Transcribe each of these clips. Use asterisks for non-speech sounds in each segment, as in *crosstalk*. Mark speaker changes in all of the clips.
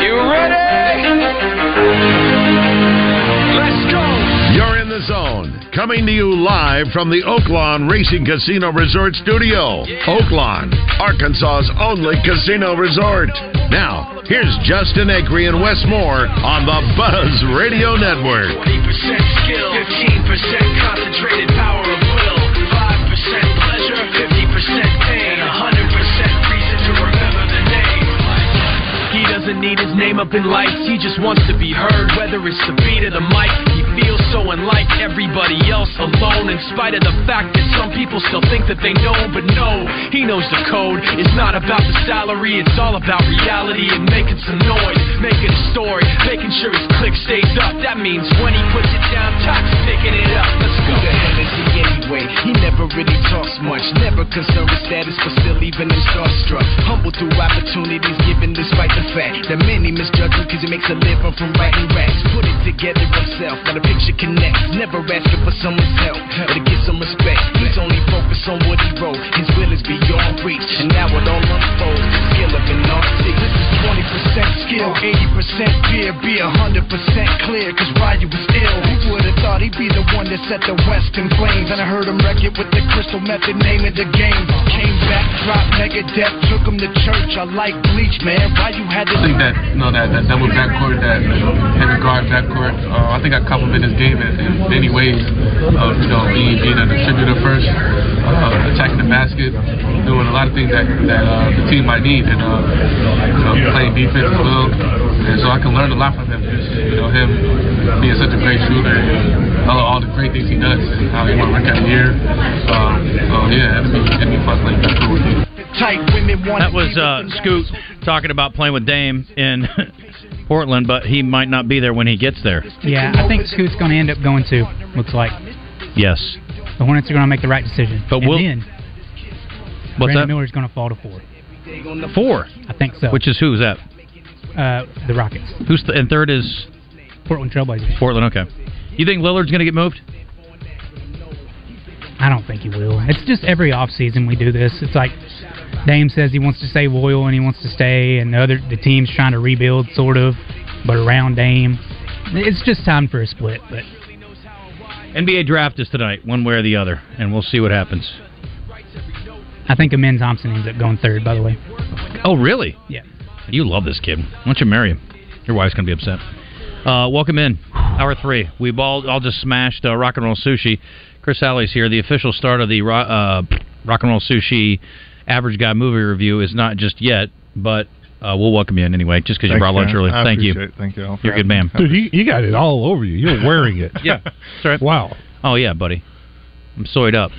Speaker 1: You ready? Let's go.
Speaker 2: You're in the zone. Coming to you live from the Oaklawn Racing Casino Resort Studio. Oaklawn, Arkansas's only casino resort. Now, here's Justin Acree and Wes Moore on the Buzz Radio Network.
Speaker 1: 20% skill, 15% concentrated power of will, 5% pleasure, 50% pain, and 100% reason to remember the name. He doesn't need his name up in lights, he just wants to be heard, whether it's the beat or the mic. He feels so unlike everybody else alone, in spite of the fact that some people still think that they know, but no, he knows the code. It's not about the salary, it's all about reality and making some noise, making a story, making sure his click stays up. That means when he puts it down, Tox picking it up. Let's go. Who the hell is he anyway? He never really talks much, never concerned with status, but still even him starstruck. Humble through opportunities given despite the fact that many misjudge him because he makes a living from writing raps. Put it together himself, got a picture connects. Never asking for someone's help, but to get some respect. He's only focused on what he wrote, his will is beyond reach. And now it all unfolds, the skill of an artist. This is 20% skill, 80% fear, be 100% clear, cause Ryu was ill. Who would've thought he'd be the one that set the West in flames? And I heard him wreck it with the crystal method, name of the game. Came back, dropped mega death, took him to church. I like bleach, man. Ryu had this.
Speaker 3: I think that you know that, that double backcourt, that heavy guard backcourt. Uh, I think I compliment his game in, in many ways. Of you know being being a distributor first, uh, attacking the basket, doing a lot of things that that uh, the team might need, and uh, you know playing defense as well. And so I can learn a lot from him. Just, you know him being such a great shooter, and all, all the great things he does, and how he won rookie of the year. Um, so yeah, it'd be it'd be fun playing basketball with him.
Speaker 4: That was uh, Scoot talking about playing with Dame in *laughs* Portland, but he might not be there when he gets there.
Speaker 5: Yeah, I think Scoot's going to end up going to. Looks like
Speaker 4: Yes.
Speaker 5: the Hornets are going to make the right decision.
Speaker 4: But
Speaker 5: and
Speaker 4: we'll-
Speaker 5: then
Speaker 4: What's
Speaker 5: Brandon
Speaker 4: that?
Speaker 5: Miller's going to fall to four.
Speaker 4: Four.
Speaker 5: I think so.
Speaker 4: Which is who's that?
Speaker 5: uh, the Rockets,
Speaker 4: Who's th- and third is
Speaker 5: Portland Trailblazers.
Speaker 4: Portland. Okay. You think Lillard's going to get moved?
Speaker 5: I don't think he will. It's just every offseason we do this. It's like Dame says he wants to stay loyal and he wants to stay, and the other the team's trying to rebuild sort of, but around Dame. It's just time for a split. But
Speaker 4: NBA draft is tonight, one way or the other, and we'll see what happens.
Speaker 5: I think Amin Thompson ends up going third. By the way,
Speaker 4: Oh, really?
Speaker 5: Yeah.
Speaker 4: You love this kid. Why don't you marry him? Your wife's going to be upset. Uh, welcome in, hour three. We've all all just smashed uh, rock and roll sushi. Chris Alley's here. The official start of the ro- uh, rock and roll sushi average guy movie review is not just yet, but uh, we'll welcome you in anyway, just because you
Speaker 6: Thanks,
Speaker 4: brought lunch
Speaker 6: man.
Speaker 4: early.
Speaker 6: I
Speaker 4: Thank you.
Speaker 6: appreciate it. Thank you all for
Speaker 4: You're a good man.
Speaker 6: having me.
Speaker 7: Dude, you, you got it all over you. You're wearing it.
Speaker 4: *laughs* Yeah. Sorry.
Speaker 7: Wow.
Speaker 4: Oh yeah, buddy. I'm soyed up.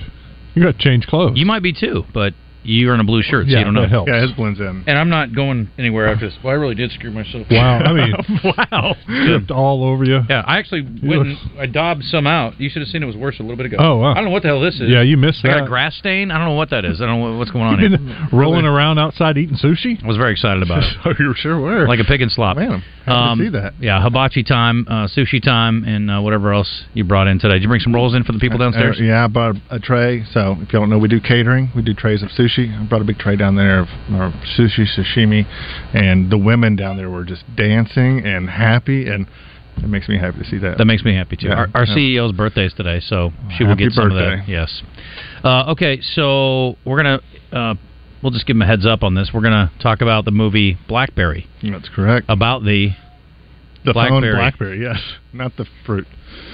Speaker 7: You got to change clothes.
Speaker 4: You might be too, but you're in a blue shirt, so
Speaker 7: Yeah,
Speaker 4: you don't know.
Speaker 7: that helps. Yeah, his
Speaker 6: blends in.
Speaker 4: And I'm not going anywhere after this. Well, I really did screw myself.
Speaker 7: Wow. I mean,
Speaker 4: *laughs* wow.
Speaker 7: dripped all over you.
Speaker 4: Yeah, I actually
Speaker 7: You
Speaker 4: went and I daubed some out. You should have seen it was worse a little bit ago.
Speaker 7: Oh, wow.
Speaker 4: I don't know what the hell this is.
Speaker 7: Yeah, you missed
Speaker 4: I got a
Speaker 7: that.
Speaker 4: grass stain. I don't know what that is. I don't know what's going on
Speaker 7: You
Speaker 4: here.
Speaker 7: been rolling around outside eating sushi.
Speaker 4: I was very excited
Speaker 7: *laughs*
Speaker 4: about it. Um,
Speaker 7: oh, you sure were.
Speaker 4: Like a pick and slop.
Speaker 6: Man, I'm happy to see that.
Speaker 4: Yeah, hibachi time, uh, sushi time, and uh, whatever else you brought in today. Did you bring some rolls in for the people downstairs?
Speaker 6: Uh, yeah, I brought a tray. So if you don't know, we do catering. We do trays of sushi. I brought a big tray down there of, of sushi, sashimi, and the women down there were just dancing and happy, and it makes me happy to see that.
Speaker 4: That makes me happy too.
Speaker 6: Yeah,
Speaker 4: our our
Speaker 6: yeah.
Speaker 4: CEO's birthday is today, so she will
Speaker 6: Happy
Speaker 4: get some of that.
Speaker 6: birthday.
Speaker 4: Yes. Uh, okay, so we're gonna uh, we'll just give him a heads up on this. We're gonna talk about the movie Blackberry
Speaker 6: That's correct.
Speaker 4: about the
Speaker 6: the
Speaker 4: Blackberry.
Speaker 6: phone blackberry, yes, not the fruit.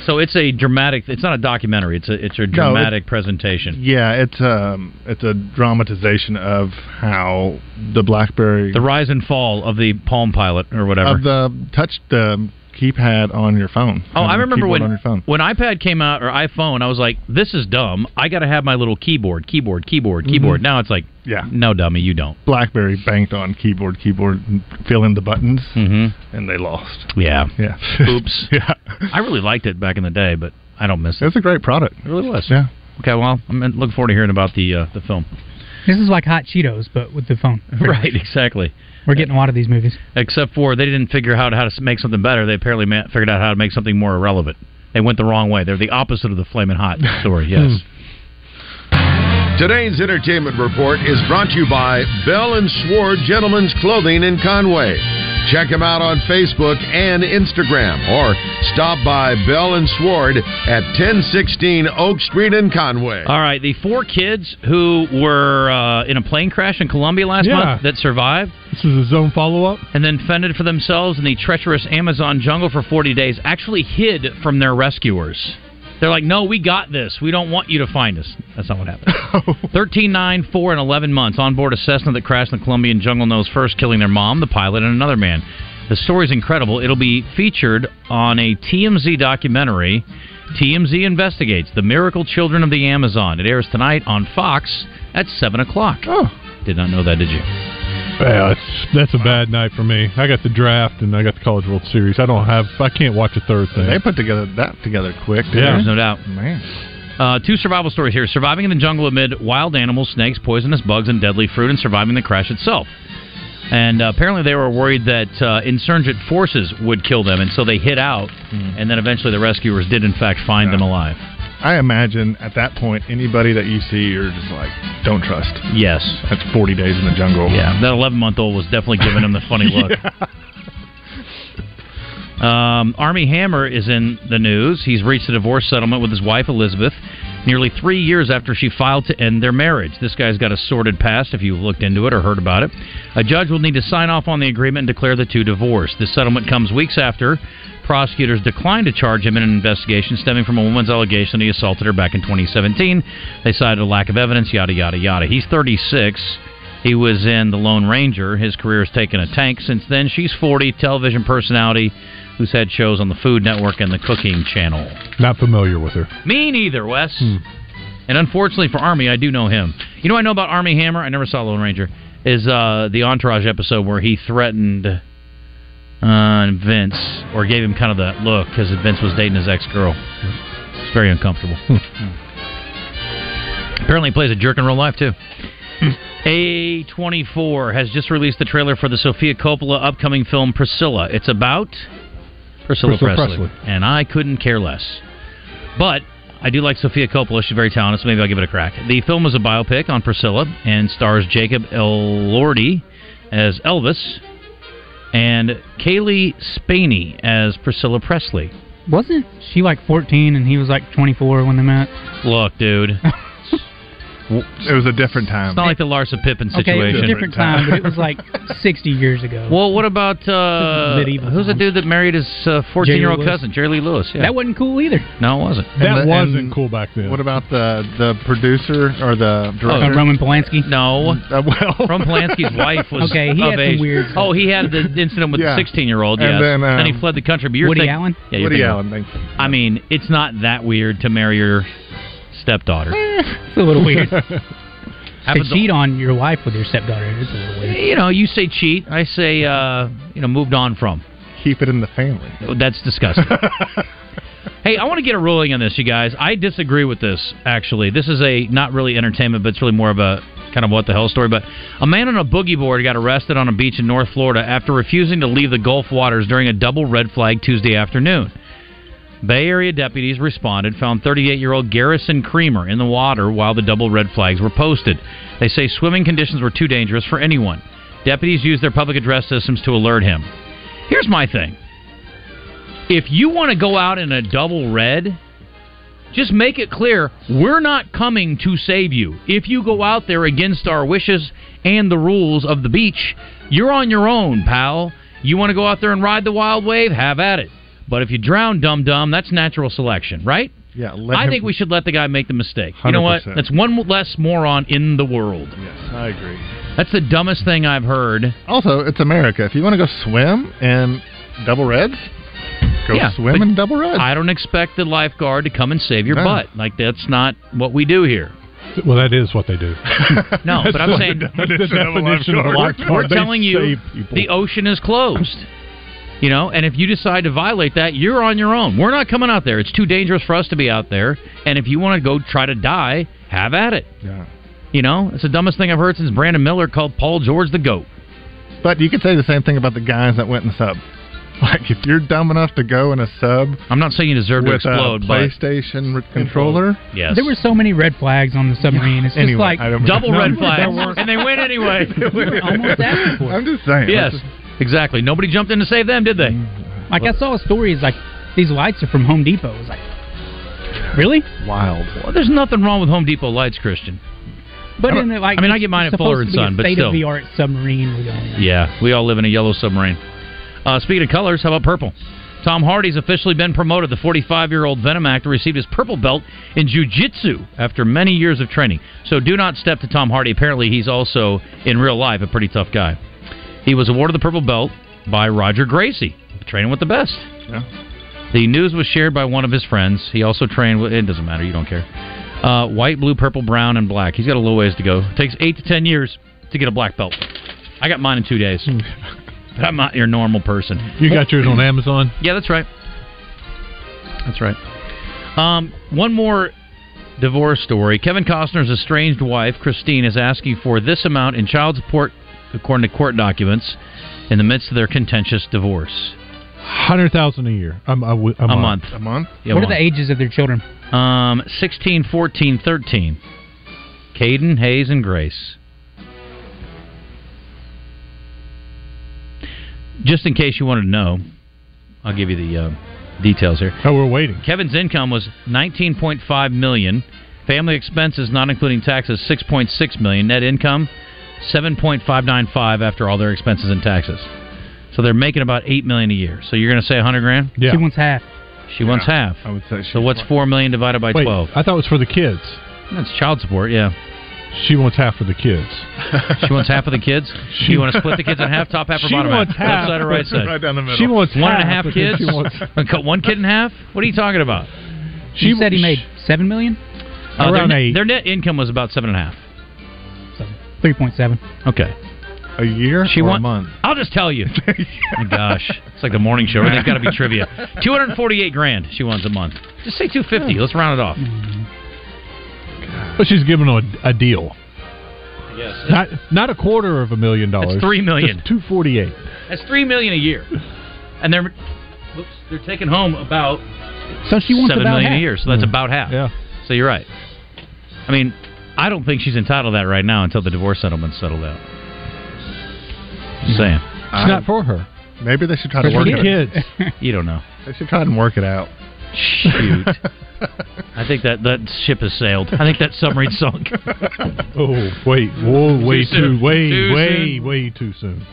Speaker 4: So it's a dramatic. It's not a documentary. It's a it's a dramatic presentation.
Speaker 6: Yeah, it's um, it's a dramatization of how the blackberry
Speaker 4: The rise and fall of the Palm Pilot or whatever.
Speaker 6: of the touch the keypad on your phone.
Speaker 4: oh,
Speaker 6: On
Speaker 4: I
Speaker 6: the
Speaker 4: remember
Speaker 6: keyboard
Speaker 4: when
Speaker 6: on your phone.
Speaker 4: when iPad came out or iPhone, I was like, "This is dumb. I got to have my little keyboard, keyboard, keyboard, keyboard." Now it's like,
Speaker 6: Mm-hmm. Yeah,
Speaker 4: "No, dummy, you don't."
Speaker 6: BlackBerry banked on keyboard, keyboard, and fill in the buttons,
Speaker 4: Mm-hmm.
Speaker 6: and they lost.
Speaker 4: Yeah.
Speaker 6: Yeah. *laughs*
Speaker 4: Oops.
Speaker 6: yeah.
Speaker 4: I really liked it back in the day, but I don't miss it.
Speaker 6: It's a great product.
Speaker 4: It really was.
Speaker 6: Yeah. *laughs*
Speaker 4: Okay, well, I'm looking forward to hearing about the uh, the film.
Speaker 5: This is like hot Cheetos, but with the
Speaker 4: *laughs*
Speaker 5: phone.
Speaker 4: Right, exactly.
Speaker 5: We're getting a lot of these movies.
Speaker 4: Except for they didn't figure out how to s- make something better. They apparently ma- figured out how to make something more irrelevant. They went the wrong way. They're the opposite of the flaming hot
Speaker 6: *laughs*
Speaker 4: story. Yes.
Speaker 2: Today's entertainment report is brought to you by Bell and Sword Gentlemen's Clothing in Conway. Check them out on Facebook and Instagram or stop by Bell and Sword at 1016 Oak Street in Conway.
Speaker 4: All right, the four kids who were uh, in a plane crash in Colombia last
Speaker 7: Yeah.
Speaker 4: month that survived.
Speaker 7: This is a zone follow up.
Speaker 4: and then fended for themselves in the treacherous Amazon jungle for 40 days actually hid from their rescuers. They're like, no, we got this. We don't want you to find us. That's not
Speaker 7: *laughs*
Speaker 4: what happened. 13, 9, 4, and 11 months on board a Cessna that crashed in the Colombian jungle nose first, killing their mom, the pilot, and another man. The story's incredible. It'll be featured on a TMZ documentary, TMZ Investigates The Miracle Children of the Amazon. It airs tonight on Fox at 7 o'clock. Oh. Did not know that, did you?
Speaker 7: Yeah, that's, that's a bad night for me. I got the draft and I got the College World Series. I don't have. I can't watch a third thing.
Speaker 6: They put together that together quick. didn't
Speaker 4: There's
Speaker 6: they?
Speaker 4: no doubt. Uh, two survival stories here surviving in the jungle amid wild animals, snakes, poisonous bugs, and deadly fruit, and surviving the crash itself. And uh, apparently, they were worried that uh, insurgent forces would kill them, and so they hid out. And then eventually, the rescuers did, in fact, find them alive.
Speaker 6: I imagine at that point, anybody that you see, you're just like, don't trust.
Speaker 4: Yes.
Speaker 6: That's 40 days in the jungle.
Speaker 4: Yeah, that 11 month old was definitely giving him the funny look. Um, Army Hammer is in the news. He's reached a divorce settlement with his wife, Elizabeth, nearly three years after she filed to end their marriage. This guy's got a sordid past, if you've looked into it or heard about it. A judge will need to sign off on the agreement and declare the two divorced. This settlement comes weeks after prosecutors declined to charge him in an investigation stemming from a woman's allegation he assaulted her back in 2017. They cited a lack of evidence, yada, yada, yada. He's 36. He was in The Lone Ranger. His career has taken a tank since then. She's 40, television personality who's had shows on the Food Network and the Cooking Channel.
Speaker 7: Not familiar with her.
Speaker 4: Me neither, Wes. And unfortunately for Army, I do know him. You know, what I know about Army Hammer. I never saw Lone Ranger. Is uh, the Entourage episode where he threatened uh, Vince or gave him kind of that look because Vince was dating his ex girl. It's very uncomfortable. Apparently, he plays a jerk in real life too. A24 has just released the trailer for the Sofia Coppola upcoming film Priscilla. It's about Priscilla,
Speaker 7: Priscilla
Speaker 4: Presley.
Speaker 7: Presley.
Speaker 4: And I couldn't care less. But I do like Sofia Coppola. She's very talented, so maybe I'll give it a crack. The film is a biopic on Priscilla and stars Jacob Elordi as Elvis and Kaylee Spaney as Priscilla Presley.
Speaker 5: Wasn't she like 14 and he was like 24 when they met?
Speaker 4: Look, dude.
Speaker 6: *laughs* It was a different time.
Speaker 4: It's not like the Larsa Pippen
Speaker 5: Okay, it
Speaker 4: situation.
Speaker 5: was a different time, but it was like 60 years ago.
Speaker 4: Well, *laughs* what about uh,
Speaker 5: medieval
Speaker 4: who's the
Speaker 5: times.
Speaker 4: dude that married his uh,
Speaker 5: Jerry
Speaker 4: fourteen-year-old
Speaker 5: Lee Lewis.
Speaker 4: cousin, Jerry Lee Lewis? Yeah.
Speaker 5: That wasn't cool either.
Speaker 4: no, it wasn't.
Speaker 7: That
Speaker 6: And the-
Speaker 7: wasn't
Speaker 6: and
Speaker 7: cool back then.
Speaker 6: What about the the producer or the
Speaker 4: Oh,
Speaker 5: Uh,
Speaker 6: director?
Speaker 5: Roman Polanski.
Speaker 4: No,
Speaker 6: Uh,
Speaker 4: *laughs*
Speaker 6: well,
Speaker 4: Ron Polanski's wife was
Speaker 5: Okay, he
Speaker 4: of
Speaker 5: had some
Speaker 4: age.
Speaker 5: weird-
Speaker 4: Oh, he had the incident with
Speaker 6: Yeah.
Speaker 4: the sixteen-year-old.
Speaker 6: And
Speaker 4: Yes,
Speaker 6: then, um,
Speaker 4: he fled the country. But you're
Speaker 5: Woody
Speaker 4: thinking-
Speaker 5: Allen?
Speaker 4: Yeah, you're
Speaker 6: Woody
Speaker 4: thinking-
Speaker 6: Allen. Thank you.
Speaker 4: I mean, it's not that weird to marry your stepdaughter.
Speaker 5: It's a little
Speaker 4: *laughs*
Speaker 5: weird. to
Speaker 4: Happens a-
Speaker 5: cheat on your wife with your stepdaughter. It's a little weird.
Speaker 4: You know, you say cheat. I say, uh, you know, moved on from. Oh,
Speaker 6: Keep it in the family.
Speaker 4: That's
Speaker 6: *laughs*
Speaker 4: disgusting. hey, I want to get a ruling on this, you guys. I disagree with this, actually. This is a not really entertainment, but it's really more of a kind of what the hell story. But a man on a boogie board got arrested on a beach in North Florida after refusing to leave the Gulf waters during a double red flag Tuesday afternoon. Bay Area deputies responded, found 38 year old Garrison Creamer in the water while the double red flags were posted. They say swimming conditions were too dangerous for anyone. Deputies used their public address systems to alert him. Here's my thing if you want to go out in a double red, just make it clear we're not coming to save you. If you go out there against our wishes and the rules of the beach, you're on your own, pal. You want to go out there and ride the wild wave? Have at it. But if you drown, dum dum, that's natural selection, right?
Speaker 6: Yeah, let
Speaker 4: I
Speaker 6: him-
Speaker 4: think we should let the guy make the mistake. You know what?
Speaker 6: 100%.
Speaker 4: That's one less moron in the world.
Speaker 6: Yes, I agree.
Speaker 4: That's the dumbest thing I've heard.
Speaker 6: Also, it's America. If you want to go swim in double reds, go
Speaker 4: Yeah,
Speaker 6: swim
Speaker 4: but
Speaker 6: in double reds.
Speaker 4: I don't expect the lifeguard to come and save your
Speaker 6: No.
Speaker 4: butt. Like, that's not what we
Speaker 7: *laughs*
Speaker 4: do here.
Speaker 7: Well, that is what they do.
Speaker 4: No, but I'm saying
Speaker 7: That's the definition of a lifeguard.
Speaker 4: we're
Speaker 7: They
Speaker 4: telling you
Speaker 7: save people.
Speaker 4: the ocean is closed. You know, and if you decide to violate that, you're on your own. We're not coming out there. It's too dangerous for us to be out there. And if you want to go try to die, have at it.
Speaker 6: Yeah.
Speaker 4: You know, it's the dumbest thing I've heard since Brandon Miller called Paul George the GOAT.
Speaker 6: But you could say the same thing about the guys that went in the sub. *laughs* Like if you're dumb enough to go in a sub,
Speaker 4: I'm not saying you deserve
Speaker 6: with
Speaker 4: to explode,
Speaker 6: a
Speaker 4: but
Speaker 6: PlayStation re- controller.
Speaker 4: Yes.
Speaker 5: There were so many red flags on the submarine. It's just
Speaker 6: Anyway,
Speaker 5: like
Speaker 6: I don't-
Speaker 4: double
Speaker 6: No,
Speaker 4: red
Speaker 6: there
Speaker 4: flags,
Speaker 6: weren't.
Speaker 4: and they
Speaker 6: *laughs*
Speaker 4: win anyway.
Speaker 5: almost asking for it.
Speaker 6: I'm just saying. Mm.
Speaker 4: yes, exactly. Nobody jumped in to save them, did they?
Speaker 5: Like I saw a story is like these lights are from Home Depot. It's like really,
Speaker 6: Wild.
Speaker 4: Well, there's nothing wrong with Home Depot lights, Christian.
Speaker 5: but
Speaker 4: I
Speaker 5: in the, like
Speaker 4: mean, I
Speaker 5: it's
Speaker 4: get mine at
Speaker 5: supposed
Speaker 4: Fuller
Speaker 5: to be
Speaker 4: and
Speaker 5: a
Speaker 4: Son, but
Speaker 5: state
Speaker 4: still.
Speaker 5: of the art submarine we're going in.
Speaker 4: Yeah, we all live in a yellow submarine. Uh, speaking of colors, how about purple? Tom Hardy's officially been promoted. The 45 year old Venom actor received his purple belt in jujitsu after many years of training. So do not step to Tom Hardy. Apparently, he's also, in real life, a pretty tough guy. He was awarded the purple belt by Roger Gracie, training with the best.
Speaker 6: Yeah.
Speaker 4: The news was shared by one of his friends. He also trained with, it doesn't matter, you don't care. Uh, white, blue, purple, brown, and black. He's got a little ways to go. It takes eight to ten years to get a black belt. I got mine in two days. But I'm not your normal person.
Speaker 7: Hmm. You got yours on Amazon.
Speaker 4: Yeah, that's right. That's right. Um, one more divorce story. Kevin Costner's estranged wife, Christine, is asking for this amount in child support, according to court documents, in the midst of their contentious divorce.
Speaker 7: Hundred thousand a year. Um, a, w- a
Speaker 4: A
Speaker 7: month.
Speaker 4: month.
Speaker 6: A month.
Speaker 4: Yeah,
Speaker 5: what
Speaker 4: a
Speaker 5: are the
Speaker 4: month.
Speaker 5: ages of their children?
Speaker 4: Um, 16, 14, 13. Caden, Hayes, and Grace. Just in case you wanted to know, I'll give you the uh, details here.
Speaker 7: Oh, we're waiting.
Speaker 4: Kevin's income was 19.5 million. Family expenses, not including taxes, 6.6 million. Net income, 7.595 after all their expenses and taxes. So they're making about 8 million a year. So you're going to say 100 grand?
Speaker 7: Yeah.
Speaker 5: She wants half.
Speaker 4: She wants half.
Speaker 6: I would say.
Speaker 4: So what's 4 million divided by
Speaker 7: Wait,
Speaker 4: 12?
Speaker 7: I thought it was for the kids.
Speaker 4: That's child support, yeah.
Speaker 7: She wants half for the kids.
Speaker 4: *laughs* She wants half of the kids.
Speaker 7: She-
Speaker 4: you want to split the kids in half, top half or
Speaker 7: She
Speaker 4: bottom
Speaker 7: wants
Speaker 4: half? Left
Speaker 7: half.
Speaker 4: side or right side?
Speaker 6: Right down the middle.
Speaker 7: She wants
Speaker 4: One and a
Speaker 7: half
Speaker 4: half
Speaker 7: because
Speaker 4: kids?
Speaker 7: She
Speaker 4: *laughs*
Speaker 7: wants.
Speaker 4: Cut one kid in half? What are you talking about?
Speaker 5: She
Speaker 7: She-
Speaker 5: said he made seven million,
Speaker 4: Uh, their,
Speaker 7: Around
Speaker 4: net-
Speaker 7: eight.
Speaker 4: their net income was about seven and a half.
Speaker 5: three point seven.
Speaker 4: Okay.
Speaker 6: a year.
Speaker 4: She
Speaker 6: or
Speaker 4: want-
Speaker 6: a month.
Speaker 4: I'll just
Speaker 7: *laughs*
Speaker 4: tell you. My gosh, it's like the morning show. Everything's got to be trivia. Two hundred forty-eight grand she wants a month. Just say two fifty. Let's round it off.
Speaker 7: But she's giving them a, a deal.
Speaker 4: Yes,
Speaker 7: Not not a quarter of a million dollars.
Speaker 4: three million.
Speaker 7: Two forty eight.
Speaker 4: that's three million
Speaker 5: *laughs*
Speaker 4: a year, and they're oops, they're taking home about
Speaker 5: So she wants
Speaker 4: seven
Speaker 5: about
Speaker 4: million
Speaker 5: half.
Speaker 4: a year. So that's about half.
Speaker 7: Yeah.
Speaker 4: So you're right. I mean, I don't think she's entitled to that right now until the divorce settlement's settled out. Just saying,
Speaker 7: It's not for her.
Speaker 6: Maybe they should try to
Speaker 7: It's for
Speaker 6: work
Speaker 7: the
Speaker 6: it.
Speaker 7: kids.
Speaker 4: you don't know.
Speaker 6: They should try and work it out.
Speaker 4: Shoot, I think that that ship has sailed. I think that submarine sunk.
Speaker 7: *laughs* Oh wait, whoa, way
Speaker 4: Too soon.
Speaker 7: too, way,
Speaker 4: Too
Speaker 7: way,
Speaker 4: soon.
Speaker 7: way too soon.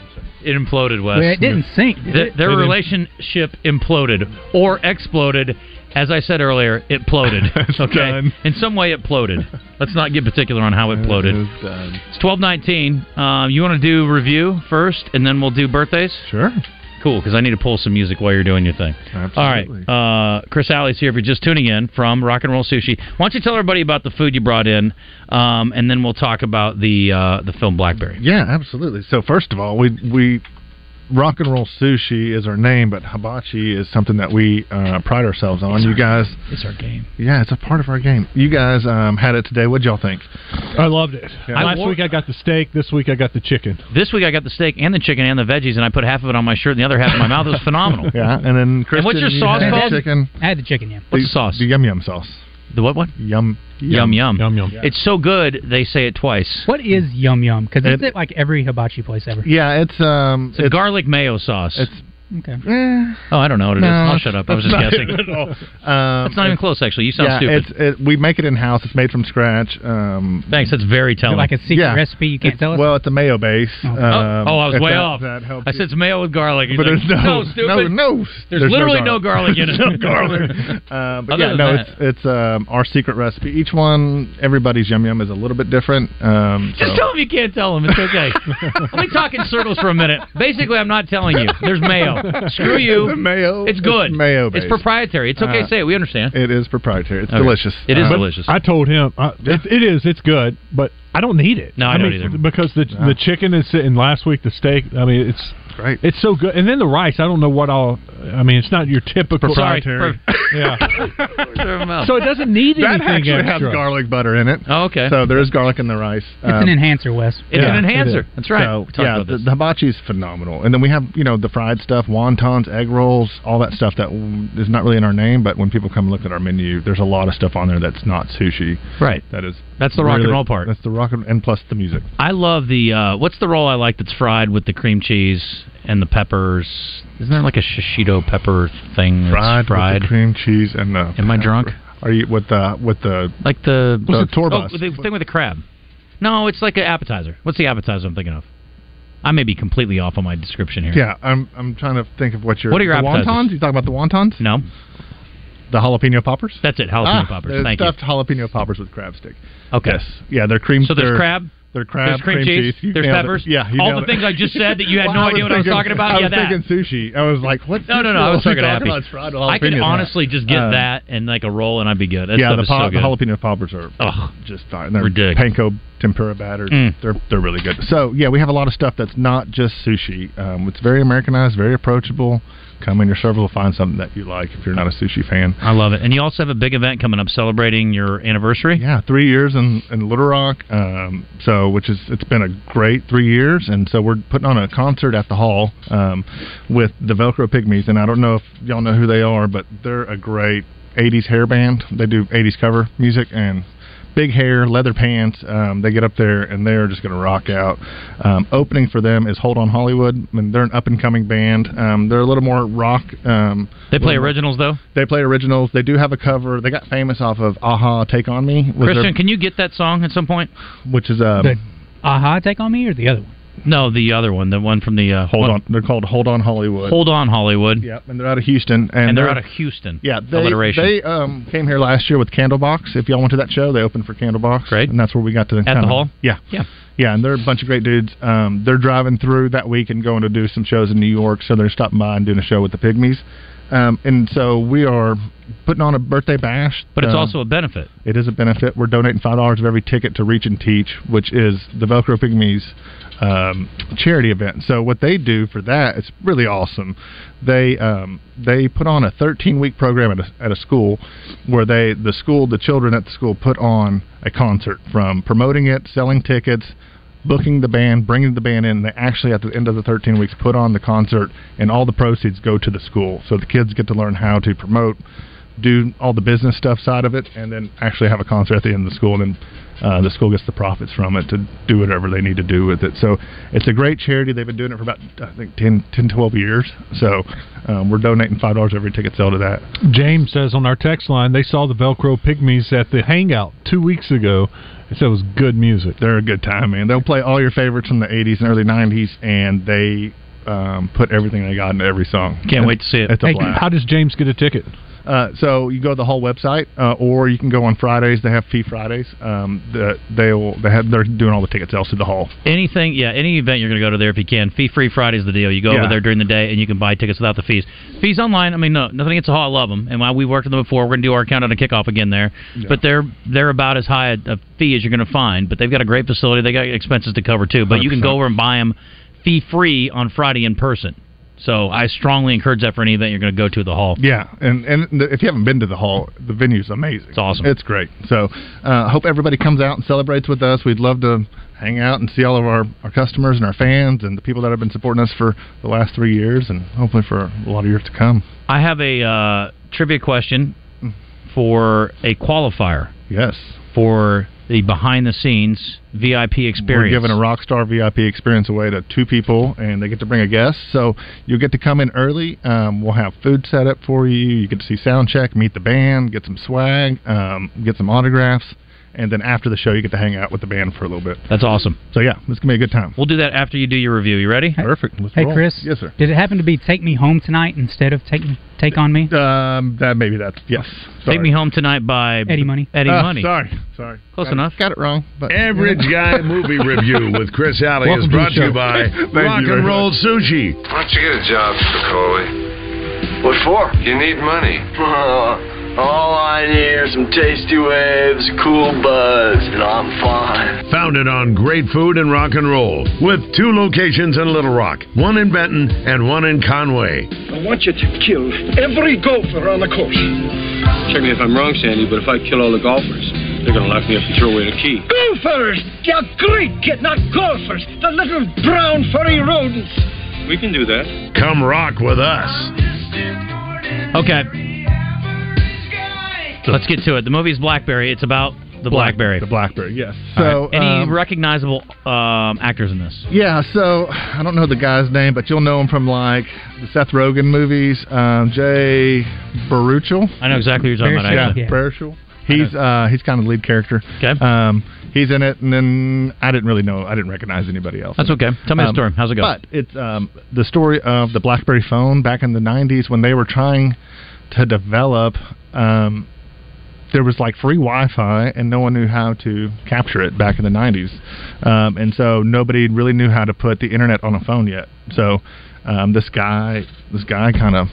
Speaker 4: It imploded, Wes.
Speaker 5: Well, it didn't sink. Did
Speaker 4: Th-
Speaker 5: it?
Speaker 4: their
Speaker 7: It is-
Speaker 4: relationship imploded or exploded. As I said earlier, it ploded.
Speaker 6: *laughs* It's
Speaker 4: okay,
Speaker 6: done.
Speaker 4: in some way it ploded. Let's not get particular on how it ploded.
Speaker 6: It's done.
Speaker 4: It's twelve nineteen. Um, you want to do review first, and then we'll do birthdays.
Speaker 6: Sure.
Speaker 4: Cool, because I need to pull some music while you're doing your thing.
Speaker 6: Absolutely.
Speaker 4: All right, uh, Chris Alley's here. If you're just tuning in from Rock and Roll Sushi, why don't you tell everybody about the food you brought in, um, and then we'll talk about the uh, the film Blackberry.
Speaker 6: *laughs* Yeah, absolutely. So first of all, we we rock and roll sushi is our name, but hibachi is something that we uh, pride ourselves on. You guys,
Speaker 4: It's our game.
Speaker 6: yeah, it's a part of our game. You guys um, had it today. What'd y'all think?
Speaker 7: I loved it.
Speaker 6: Yeah.
Speaker 7: Last
Speaker 4: I wore-
Speaker 7: week I got the steak. This week I got the chicken.
Speaker 4: This week I got the steak and the chicken and the veggies, and I put half of it on my shirt and the other half in my mouth. It was phenomenal.
Speaker 6: Yeah, and then Kristen,
Speaker 4: what's your
Speaker 6: you
Speaker 4: sauce
Speaker 6: had
Speaker 4: called?
Speaker 6: Chicken.
Speaker 5: I had the chicken. Yeah,
Speaker 4: What's the sauce?
Speaker 6: The yum yum sauce.
Speaker 4: The what? What?
Speaker 6: Yum
Speaker 4: Yum yum.
Speaker 7: Yum yum.
Speaker 4: It's so good they say it twice.
Speaker 5: what is yum yum? Because
Speaker 6: It-
Speaker 5: it's at like every hibachi place ever.
Speaker 6: Yeah, it's um,
Speaker 4: It's a garlic mayo sauce.
Speaker 6: it's-
Speaker 5: Okay,
Speaker 6: eh,
Speaker 4: oh, I don't know what it is.
Speaker 6: no,
Speaker 4: I'll shut up. I was just
Speaker 6: that's
Speaker 4: guessing.
Speaker 6: not it
Speaker 4: It's
Speaker 6: at
Speaker 4: *laughs*
Speaker 6: all. Um,
Speaker 4: not even close, actually. You sound
Speaker 6: yeah,
Speaker 4: stupid.
Speaker 6: It's, it, we make it in house. It's made from scratch. Um,
Speaker 4: Thanks. That's very
Speaker 5: Is it
Speaker 4: telling.
Speaker 5: like a secret
Speaker 6: Yeah.
Speaker 5: recipe you can't
Speaker 6: It's-
Speaker 5: tell us.
Speaker 6: Well, it's a mayo base.
Speaker 5: Oh.
Speaker 6: Um,
Speaker 4: oh, I was
Speaker 6: if
Speaker 4: way
Speaker 6: that-
Speaker 4: off.
Speaker 6: That helps
Speaker 4: I said it's mayo with garlic. He's
Speaker 6: but
Speaker 4: like,
Speaker 6: there's no,
Speaker 4: stupid.
Speaker 6: no, no.
Speaker 4: There's literally no garlic in it. *laughs*
Speaker 6: There's *laughs* no garlic. Uh, but
Speaker 4: Other
Speaker 6: yeah,
Speaker 4: than
Speaker 6: no,
Speaker 4: that.
Speaker 6: it's it's um, our secret recipe. Each one, everybody's yum yum is a little bit different. Um, so-
Speaker 4: Just tell him you can't tell him. It's
Speaker 6: *laughs*
Speaker 4: okay. Let me talk in circles for a minute. Basically, I'm not telling you. There's mayo. Screw you.
Speaker 6: *laughs* It's a mayo.
Speaker 4: It's good.
Speaker 6: mayo
Speaker 4: It's
Speaker 6: based.
Speaker 4: proprietary. It's okay.
Speaker 6: Uh,
Speaker 4: say it. We understand.
Speaker 6: It is proprietary. It's
Speaker 4: Okay.
Speaker 6: delicious.
Speaker 4: It is
Speaker 6: Uh,
Speaker 4: delicious.
Speaker 7: I told him I, it, it is. It's good, but I don't need it.
Speaker 4: No, I don't
Speaker 7: mean,
Speaker 4: either.
Speaker 7: because the the chicken is sitting last week. The steak. I mean, it's
Speaker 6: great.
Speaker 7: It's so good. And then the rice. I don't know what all. I mean, it's not your typical
Speaker 6: proprietary.
Speaker 7: yeah. *laughs*
Speaker 4: So *laughs*
Speaker 7: it doesn't need
Speaker 6: that
Speaker 7: anything
Speaker 6: actually has
Speaker 7: extra.
Speaker 6: garlic butter in it.
Speaker 4: Oh, okay.
Speaker 6: So there is garlic in the rice. Um,
Speaker 5: It's an enhancer, Wes.
Speaker 4: It's
Speaker 6: Yeah,
Speaker 4: Um, an enhancer.
Speaker 6: it is.
Speaker 4: That's right.
Speaker 6: So,
Speaker 4: We talked
Speaker 6: yeah,
Speaker 4: about
Speaker 6: the,
Speaker 4: this.
Speaker 6: the hibachi is phenomenal, and then we have you know the fried stuff, wontons, egg rolls, all that stuff that w- is not really in our name, but when people come look at our menu, there's a lot of stuff on there that's not sushi.
Speaker 4: Right.
Speaker 6: That is.
Speaker 4: That's the rock and
Speaker 6: really-
Speaker 4: roll part.
Speaker 6: That's the rock and, and plus the music.
Speaker 4: I love the uh, what's the roll I like that's fried with the cream cheese and the peppers. Isn't there like a shishito pepper thing that's
Speaker 6: Fried, with
Speaker 4: fried?
Speaker 6: the cream cheese and the.
Speaker 4: Am I drunk?
Speaker 6: Are you with the with the
Speaker 4: like the
Speaker 6: the tour
Speaker 4: oh,
Speaker 6: bus?
Speaker 4: the thing with the crab. No, it's like an appetizer. What's the appetizer I'm thinking of? I may be completely off on my description here.
Speaker 6: yeah, I'm I'm trying to think of what your
Speaker 4: What are your
Speaker 6: the
Speaker 4: appetizers?
Speaker 6: wontons? You talking about the wontons?
Speaker 4: No.
Speaker 6: The jalapeno poppers.
Speaker 4: That's it. Jalapeno
Speaker 6: Ah,
Speaker 4: poppers.
Speaker 6: they're
Speaker 4: Thank you.
Speaker 6: stuffed jalapeno poppers with crab stick.
Speaker 4: Okay.
Speaker 6: Yes. Yeah, they're cream.
Speaker 4: So there's
Speaker 6: they're-
Speaker 4: crab.
Speaker 6: They're crab.
Speaker 4: There's cream cheese,
Speaker 6: You
Speaker 4: there's
Speaker 6: nailed it.
Speaker 4: peppers.
Speaker 6: Yeah. you
Speaker 4: All
Speaker 6: nailed
Speaker 4: the
Speaker 6: it.
Speaker 4: things I just said that you had no
Speaker 6: *laughs* Well,
Speaker 4: idea what I was talking about?
Speaker 6: I
Speaker 4: Yeah,
Speaker 6: was
Speaker 4: that.
Speaker 6: thinking sushi. I was like, what?
Speaker 4: No, no, no. I was talking to Happy. I could honestly just get
Speaker 6: Um,
Speaker 4: that and like a roll, and I'd be good. That
Speaker 6: yeah,
Speaker 4: stuff
Speaker 6: the,
Speaker 4: is so
Speaker 6: pop, the
Speaker 4: good.
Speaker 6: jalapeno poppers are
Speaker 4: Ugh.
Speaker 6: just fine. They're
Speaker 4: Ridiculous.
Speaker 6: panko tempura batter.
Speaker 4: Mm.
Speaker 6: They're they're really good. So yeah, we have a lot of stuff that's not just sushi. Um, it's very Americanized, very approachable. Come in, your server will find something that you like if you're not a sushi fan.
Speaker 4: I love it. And you also have a big event coming up celebrating your anniversary.
Speaker 6: Yeah, three years in, in Little Rock. Um, so, which is it's been a great three years, and so we're putting on a concert at the hall um, with the Velcro Pygmies, and I don't know if y'all know who they are, but they're a great '80s hair band. They do '80s cover music and. Big hair, leather pants. Um, they get up there and they're just going to rock out. Um, opening for them is Hold On Hollywood, and they're an up and coming band. Um, they're a little more rock. Um,
Speaker 4: They play
Speaker 6: little more-
Speaker 4: originals though.
Speaker 6: They play originals. They do have a cover. They got famous off of "Aha, Take on Me," was their
Speaker 4: Christian, can you get that song at some point?
Speaker 6: which is um,
Speaker 5: The- Aha, take on me or the other one?
Speaker 4: No, the other one, the one from the uh,
Speaker 6: hold
Speaker 4: one-
Speaker 6: on. They're called Hold On Hollywood.
Speaker 4: Hold on, Hollywood,
Speaker 6: Yep, and they're out of Houston, and,
Speaker 4: and they're out of Houston.
Speaker 6: yeah. They
Speaker 4: alliteration.
Speaker 6: they um, came here last year with Candlebox. If y'all went to that show, they opened for Candlebox.
Speaker 4: Great.
Speaker 6: and that's where we got to
Speaker 4: the hall?
Speaker 6: Yeah,
Speaker 4: Yeah.
Speaker 6: yeah. And they're a bunch of great dudes. Um, they're driving through that week and going to do some shows in New York, so they're stopping by and doing a show with the Pygmies. Um, and so we are putting on a birthday bash,
Speaker 4: but it's
Speaker 6: Um,
Speaker 4: also a benefit.
Speaker 6: It is a benefit. We're donating five dollars of every ticket to Reach and Teach, which is the Velcro Pygmies um, charity event. So what they do for that is really awesome. They um, they put on a 13 week program at a, at a school where they the school the children at the school put on a concert from promoting it, selling tickets. Booking the band, bringing the band in, they actually at the end of the 13 weeks put on the concert, and all the proceeds go to the school. So the kids get to learn how to promote do all the business stuff side of it, and then actually have a concert at the end of the school, and then uh, the school gets the profits from it to do whatever they need to do with it. So it's a great charity. They've been doing it for about I think 10, 10 12 years. So um, we're donating five dollars every ticket sale to that.
Speaker 7: James says on our text line they saw the Velcro Pygmies at the Hangout two weeks ago. It said it was good music.
Speaker 6: They're a good time, man. They'll play all your favorites from the '80s and early '90s, and they um, put everything they got into every song.
Speaker 4: Can't wait to see it.
Speaker 6: It's a
Speaker 7: Hey,
Speaker 6: blast.
Speaker 7: how does James get a ticket?
Speaker 6: Uh, so you go to the whole website, uh, or you can go on Fridays. They have fee Fridays. Um, the, they will. They have. They're doing all the ticket sales to the hall.
Speaker 4: Anything, yeah, any event you're going to go to there if you can. Fee free Friday's the deal. You go over
Speaker 6: Yeah.
Speaker 4: there during the day and you can buy tickets without the fees. Fees online, I mean, no, nothing against the hall. I love them. And while we worked with them before, we're going to do our countdown to kickoff again there. But they're they're about as high a, a fee as you're going to find. But they've got a great facility. They got expenses to cover too. But you can go
Speaker 6: 100%.
Speaker 4: over and buy them fee free on Friday in person. So I strongly encourage that for any event you're going to go to at the hall.
Speaker 6: Yeah, and and the, if you haven't been to the hall, the venue's amazing. It's
Speaker 4: awesome.
Speaker 6: It's great. So, uh, hope everybody comes out and celebrates with us. We'd love to hang out and see all of our our customers and our fans and the people that have been supporting us for the last three years and hopefully for a lot of years to come.
Speaker 4: I have a uh, trivia question for a qualifier
Speaker 6: Yes,
Speaker 4: for the behind the scenes VIP experience.
Speaker 6: we're giving a rock star VIP experience away to two people, and they get to bring a guest. So you'll get to come in early. Um, we'll have food set up for you. You get to see sound check, meet the band, get some swag, um, get some autographs. And then after the show, you get to hang out with the band for a little bit.
Speaker 4: That's awesome.
Speaker 6: So yeah, this can be a good time.
Speaker 4: We'll do that after you do your review. You ready?
Speaker 6: Perfect. Let's
Speaker 5: Hey,
Speaker 6: roll.
Speaker 5: Chris.
Speaker 6: Yes, sir.
Speaker 5: Did it happen to be Take Me Home Tonight instead of Take Take on Me?
Speaker 6: Um, that maybe that's yes. Sorry.
Speaker 4: Take me home tonight by
Speaker 5: Eddie Money.
Speaker 4: Eddie
Speaker 6: Uh,
Speaker 4: Money.
Speaker 6: Sorry, sorry.
Speaker 4: Close
Speaker 6: Got it-
Speaker 4: enough.
Speaker 6: Got it wrong. But
Speaker 2: *laughs* Average Guy Movie Review with Chris Alley is
Speaker 6: Welcome to
Speaker 2: brought
Speaker 6: the
Speaker 2: to you
Speaker 6: show. *laughs*
Speaker 2: by
Speaker 6: Thank you
Speaker 2: Rock
Speaker 6: very
Speaker 2: and Roll Sushi.
Speaker 8: Why don't you get a job, Spicoli? What for? You need money. *laughs* All I need are some tasty waves, a cool buzz, and I'm fine.
Speaker 2: Founded on great food and rock and roll, with two locations in Little Rock, one in Benton and one in Conway.
Speaker 9: I want you to kill every golfer on the course.
Speaker 3: Check me if I'm wrong, Sandy, but if I kill all the golfers, they're gonna lock me up and throw away the key.
Speaker 9: Golfers! You're great, kid, not golfers. The little brown furry rodents.
Speaker 3: We can do that.
Speaker 2: Come rock with us.
Speaker 4: Okay. Let's get to it. The movie's Blackberry. It's about the
Speaker 6: Black-
Speaker 4: Blackberry.
Speaker 6: the Blackberry, yes.
Speaker 4: So,
Speaker 6: So,
Speaker 4: any
Speaker 6: um,
Speaker 4: recognizable um, actors in this?
Speaker 6: Yeah, so I don't know the guy's name, but you'll know him from like the Seth Rogen movies. Um, Jay Baruchel.
Speaker 4: I know exactly who you're talking about,
Speaker 6: Yeah,
Speaker 4: actually. Yeah.
Speaker 6: Baruchel. He's uh, he's kind of the lead character.
Speaker 4: Okay.
Speaker 6: Um, he's in it, and then I didn't really know. I didn't recognize anybody else.
Speaker 4: That's okay. Tell me the
Speaker 6: Um,
Speaker 4: story. How's it go?
Speaker 6: But it's um, the story of the BlackBerry phone back in the '90s when they were trying to develop. Um, there was like free Wi-Fi, and no one knew how to capture it back in the '90s, um, and so nobody really knew how to put the internet on a phone yet. So um, this guy, this guy, kind of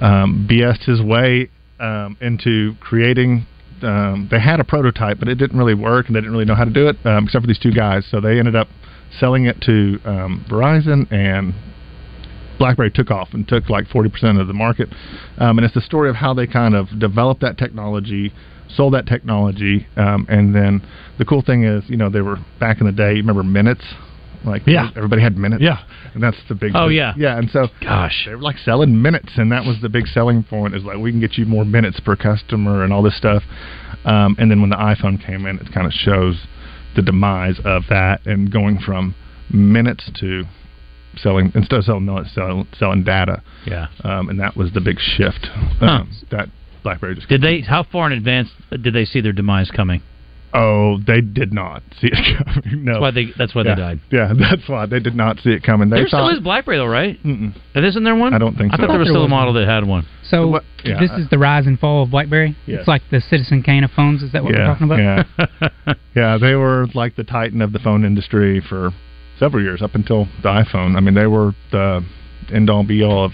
Speaker 6: um, BS'd his way um, into creating. Um, they had a prototype, but it didn't really work, and they didn't really know how to do it, um, except for these two guys. So they ended up selling it to um, Verizon, and BlackBerry took off and took like 40% of the market. Um, and it's the story of how they kind of developed that technology, sold that technology, um, and then the cool thing is, you know, they were back in the day. Remember minutes? Like
Speaker 7: Yeah.
Speaker 6: everybody had minutes.
Speaker 7: Yeah.
Speaker 6: and that's the big.
Speaker 7: Oh,
Speaker 6: thing.
Speaker 7: yeah.
Speaker 6: yeah. And so
Speaker 7: Gosh.
Speaker 6: they were like selling minutes, and that was the big selling point is like we can get you more minutes per customer and all this stuff. Um, and then when the iPhone came in, it kind of shows the demise of that and going from minutes to selling instead of selling minutes, sell, selling data.
Speaker 4: Yeah.
Speaker 6: Um, and that was the big shift
Speaker 4: Huh.
Speaker 6: um, that BlackBerry just.
Speaker 4: Did they? How far in advance did they see their demise coming?
Speaker 6: Oh, they did not see it *laughs* coming. No,
Speaker 4: That's why they. That's why
Speaker 6: yeah.
Speaker 4: they died.
Speaker 6: Yeah, *laughs* that's why they did not see it coming. They
Speaker 4: there
Speaker 6: thought,
Speaker 4: still is BlackBerry though, right?
Speaker 6: Mm-mm.
Speaker 4: Isn't there one?
Speaker 6: I don't think
Speaker 4: I
Speaker 6: so.
Speaker 4: thought there was still a model that had one.
Speaker 5: So
Speaker 6: yeah.
Speaker 5: this is the rise and fall of BlackBerry.
Speaker 6: Yes.
Speaker 5: It's like the Citizen Kane of phones. Is that what we're talking about? *laughs*
Speaker 6: Yeah. yeah, they were like the titan of the phone industry for several years up until the iPhone. I mean, they were the end all be all of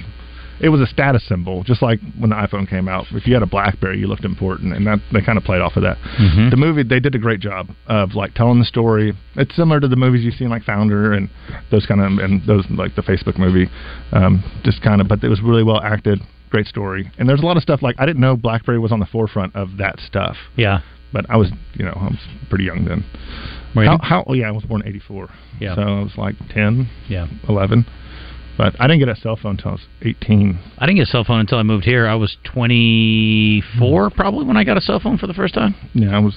Speaker 6: it was a status symbol, just like when the iPhone came out. If you had a BlackBerry, you looked important, and that they kind of played off of that.
Speaker 4: Mm-hmm.
Speaker 10: Mhm.
Speaker 6: The movie they did a great job of like telling the story. It's similar to the movies you've seen, like Founder and those kind of, and those like the Facebook movie, um, just kind of. But it was really well acted, great story, and there's a lot of stuff like I didn't know BlackBerry was on the forefront of that stuff.
Speaker 4: Yeah.
Speaker 6: But I was, you know, I was pretty young then.
Speaker 4: Were you?
Speaker 6: How, how? Oh yeah, I was born in '84.
Speaker 4: Yeah.
Speaker 6: So I was like 10,
Speaker 4: Yeah.
Speaker 6: 11. But I didn't get a cell phone until I was 18.
Speaker 4: I didn't get a cell phone until I moved here. I was 24
Speaker 6: Mm.
Speaker 4: probably when I got a cell phone for the first time.
Speaker 6: Yeah, I was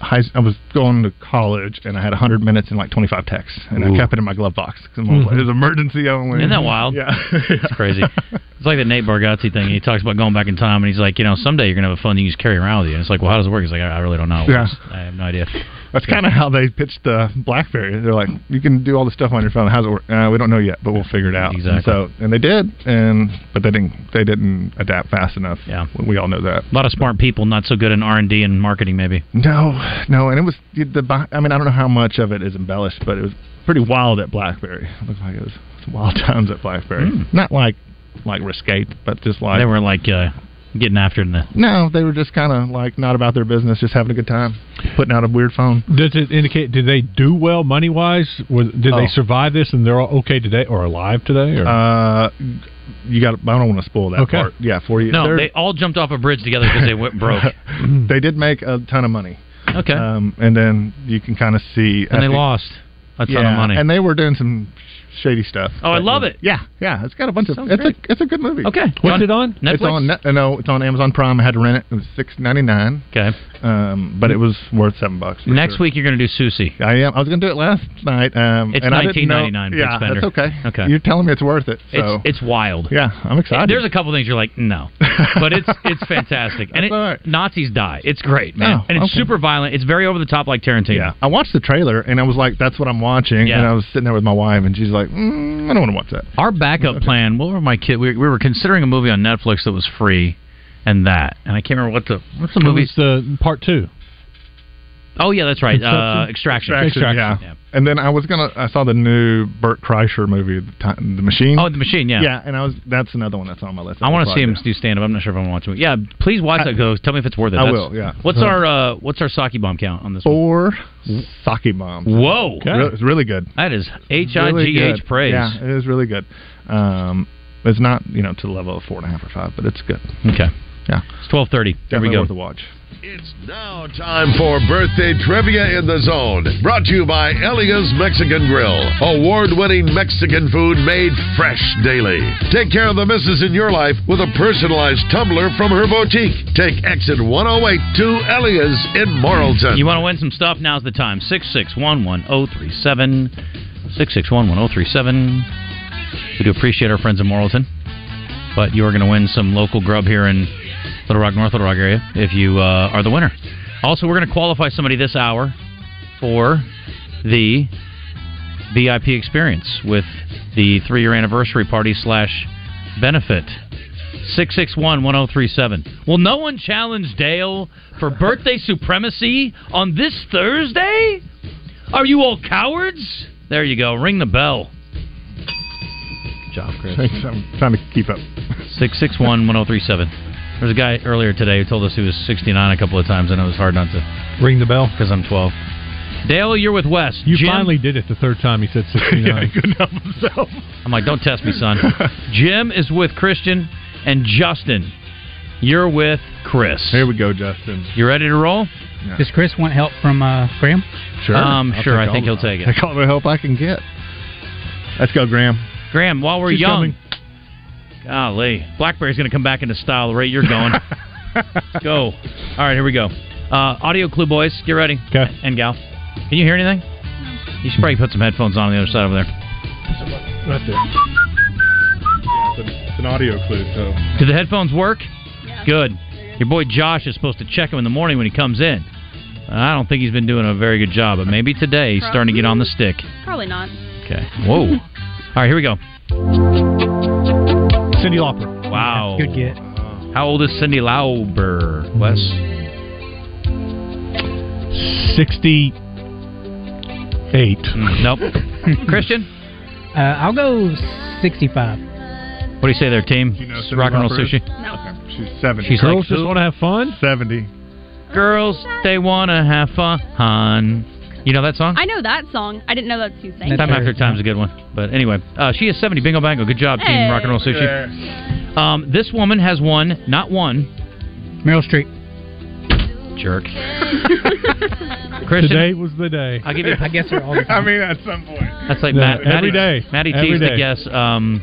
Speaker 6: high, I was going to college, and I had 100 minutes and like 25 texts, and
Speaker 4: Ooh.
Speaker 6: I kept it in my glove box. 'cause I'm like,
Speaker 4: Mhm.
Speaker 6: It's emergency only.
Speaker 4: Isn't that wild?
Speaker 6: Yeah, *laughs*
Speaker 4: It's crazy. It's like the Nate Bargatze thing. He talks about going back in time, and he's like, you know, someday you're gonna have a phone that you just carry around with you. And it's like, well, how does it work? He's like, I I really don't know.
Speaker 6: Yeah.
Speaker 4: I have no idea.
Speaker 6: That's kind of how they pitched the BlackBerry. They're like, you can do all this stuff on your phone. How's it work? Uh, we don't know yet, but we'll figure it out. And
Speaker 4: Exactly.
Speaker 6: so, and they did, and but they didn't. They didn't adapt fast enough.
Speaker 4: Yeah.
Speaker 6: We- we all know that.
Speaker 4: A lot of smart people, not so good in R and D and marketing, maybe.
Speaker 6: No, no, and it was the. bi- I mean, I don't know how much of it is embellished, but it was pretty wild at BlackBerry. It looked like it was some wild *laughs* times at BlackBerry.
Speaker 4: Hmm.
Speaker 6: Not like like risque, but just like
Speaker 4: They were like uh, getting after it in the
Speaker 6: No, they were just kind of like not about their business, just having a good time, putting out a weird phone.
Speaker 7: Does it indicate? Did they do well money wise? Did
Speaker 6: Oh.
Speaker 7: they survive this and they're all okay today or alive today? Or?
Speaker 6: Uh, you got. I don't want to spoil that
Speaker 7: Okay.
Speaker 6: part. Yeah, for you.
Speaker 4: No,
Speaker 6: They're-
Speaker 4: they all jumped off a bridge together because they went broke.
Speaker 6: *laughs* they did make a ton of money.
Speaker 4: Okay.
Speaker 6: Um, and then you can kind of see.
Speaker 4: and
Speaker 6: at
Speaker 4: they
Speaker 6: the-
Speaker 4: lost a ton
Speaker 6: yeah,
Speaker 4: of money.
Speaker 6: And they were doing some shady stuff.
Speaker 4: oh, I love it.
Speaker 6: Yeah, yeah. It's got a bunch
Speaker 4: Sounds
Speaker 6: of. It's
Speaker 4: great.
Speaker 6: a. It's a good movie.
Speaker 4: Okay.
Speaker 7: What's it on?
Speaker 4: Netflix?
Speaker 6: It's on. Net- No, it's on Amazon Prime. I had to rent it. It was six ninety nine.
Speaker 4: okay.
Speaker 6: Um, but it was worth seven bucks. for
Speaker 4: Next
Speaker 6: sure.
Speaker 4: week you're going to do Susie.
Speaker 6: I am. I was going to do it last night. Um,
Speaker 4: It's
Speaker 6: and I didn't know-
Speaker 4: 19.99, Big
Speaker 6: Yeah,
Speaker 4: Spender.
Speaker 6: that's okay.
Speaker 4: Okay.
Speaker 6: You're telling me it's worth it. So
Speaker 4: It's it's wild.
Speaker 6: yeah, I'm excited.
Speaker 4: There's a couple things you're like,
Speaker 6: *laughs*
Speaker 4: no, but it's it's fantastic, and it,
Speaker 6: That's all right.
Speaker 4: Nazis die. It's great, man,
Speaker 6: Oh,
Speaker 4: and it's
Speaker 6: okay.
Speaker 4: super violent. It's very over the top, like Tarantino.
Speaker 6: yeah, I watched the trailer and I was like, "That's what I'm watching."
Speaker 4: Yeah.
Speaker 6: And I was sitting there with my wife, and she's like, mm, "I don't want to watch that."
Speaker 4: Our backup plan. What were my kid? We, we were considering a movie on Netflix that was free, and that, and I can't remember what the what's the
Speaker 7: It
Speaker 4: movie.
Speaker 7: was the part two.
Speaker 4: Oh yeah, that's right. Uh, extraction.
Speaker 6: Extraction, yeah. And then I was gonna. I saw the new Burt Kreischer movie, the, Ti- the Machine.
Speaker 4: Oh, The Machine, yeah.
Speaker 6: Yeah, and I was. That's another one that's on my list.
Speaker 4: I want to see him
Speaker 6: That's
Speaker 4: do stand up. I'm not sure if I'm watching it. Yeah, please watch that. Go. Tell me if it's worth it.
Speaker 6: I
Speaker 4: That's-
Speaker 6: will, yeah. Uh-huh.
Speaker 4: What's our uh, What's our sake bomb count on this? one?
Speaker 6: Four sake bombs.
Speaker 4: Whoa,
Speaker 6: Okay. Re- it's really good.
Speaker 4: That is H I
Speaker 6: Really
Speaker 4: G H
Speaker 6: good.
Speaker 4: praise.
Speaker 6: Yeah, it is really good. Um, it's not you know to the level of four and a half or five, but it's good.
Speaker 4: Okay.
Speaker 6: Yeah.
Speaker 4: It's twelve thirty.
Speaker 6: There
Speaker 4: we go.
Speaker 6: Worth a watch.
Speaker 2: It's now time for birthday trivia in the zone. Brought to you by Elia's Mexican Grill, award-winning Mexican food made fresh daily. Take care of the misses in your life with a personalized tumbler from her boutique. Take exit 108 to Elia's in Morrilton.
Speaker 4: You want to win some stuff? Now's the time. 6611037. 6611037. We do appreciate our friends in Morrilton. But you are going to win some local grub here in Little Rock, North Little Rock area if you uh, are the winner. Also, we're going to qualify somebody this hour for the VIP experience with the three year anniversary party slash benefit. 661 1037. Will no one challenge Dale for birthday supremacy on this Thursday? Are you all cowards? There you go. Ring the bell. Good job,
Speaker 6: *laughs*
Speaker 4: Chris.
Speaker 6: I'm trying to keep up.
Speaker 4: 661 1037. There was a guy earlier today who told us he was 69 a couple of times, and it was hard not to
Speaker 7: ring the bell
Speaker 4: because I'm 12. Dale, you're with Wes.
Speaker 7: You
Speaker 4: Jim-
Speaker 7: finally did it the third time he
Speaker 6: *laughs*
Speaker 7: said 69.
Speaker 4: Yeah, he couldn't
Speaker 6: help *laughs* himself.
Speaker 4: I'm like, don't test
Speaker 6: *laughs*
Speaker 4: me, son. Jim is with Christian, and Justin, you're with Chris. Here
Speaker 6: we go, Justin.
Speaker 4: You ready to roll?
Speaker 5: Does Chris want help from uh, Graham?
Speaker 4: Um,
Speaker 5: I'll
Speaker 4: sure.
Speaker 5: take
Speaker 4: I think
Speaker 5: all
Speaker 4: he'll
Speaker 5: the-
Speaker 4: take it.
Speaker 6: Take all the help I can
Speaker 5: *laughs*
Speaker 6: get. Let's go, Graham.
Speaker 4: Graham, while we're
Speaker 6: She's
Speaker 4: young.
Speaker 6: coming.
Speaker 4: Golly. Blackberry's going to come back into style the rate
Speaker 6: *laughs*
Speaker 4: you're going. go. All right, here we go. Uh, audio clue, boys. Get ready. And gal. Can you hear anything? You should probably put some headphones on on the other side over there.
Speaker 6: Right there. Yeah, it's, an, it's an audio clue, so.
Speaker 4: Do the headphones work? Good. Your boy Josh is supposed to check them in the morning when he comes in. I don't think he's been doing a very good job, but maybe today he's starting to get on the stick.
Speaker 10: Probably not.
Speaker 4: Okay. Whoa. All right, here we go. Cindy Lauper. Wow.
Speaker 5: Good get.
Speaker 4: How old is Cindy Lauper, Wes?
Speaker 7: 68.
Speaker 4: Mm, Nope. Christian?
Speaker 5: Uh, I'll go 65.
Speaker 4: What do you say there, team? Rock and roll sushi.
Speaker 6: She's 70.
Speaker 4: She's Girls like, just "Who?" wanna
Speaker 7: have fun?
Speaker 6: 70.
Speaker 4: Girls, they wanna have fun. You know that song?
Speaker 10: I know that song. I didn't know that's who sang
Speaker 4: Time
Speaker 10: it.
Speaker 4: after time's a good one. But anyway, uh, she is 70. Bingo bango. Good job, team
Speaker 10: Hey.
Speaker 4: Rock and Roll Sushi. Um, this woman has won, not one.
Speaker 5: Meryl Streep.
Speaker 6: *laughs*
Speaker 5: *laughs*
Speaker 4: Jerk. Christian?
Speaker 7: Today was the day.
Speaker 4: I'll give you- I guess
Speaker 6: *laughs*
Speaker 4: they're all the
Speaker 6: I mean, at some point.
Speaker 4: That's like
Speaker 7: No,
Speaker 4: Matt,
Speaker 7: every
Speaker 4: Matty,
Speaker 7: day.
Speaker 4: Matty
Speaker 7: Every
Speaker 4: T's the
Speaker 7: day.
Speaker 4: guess. Um,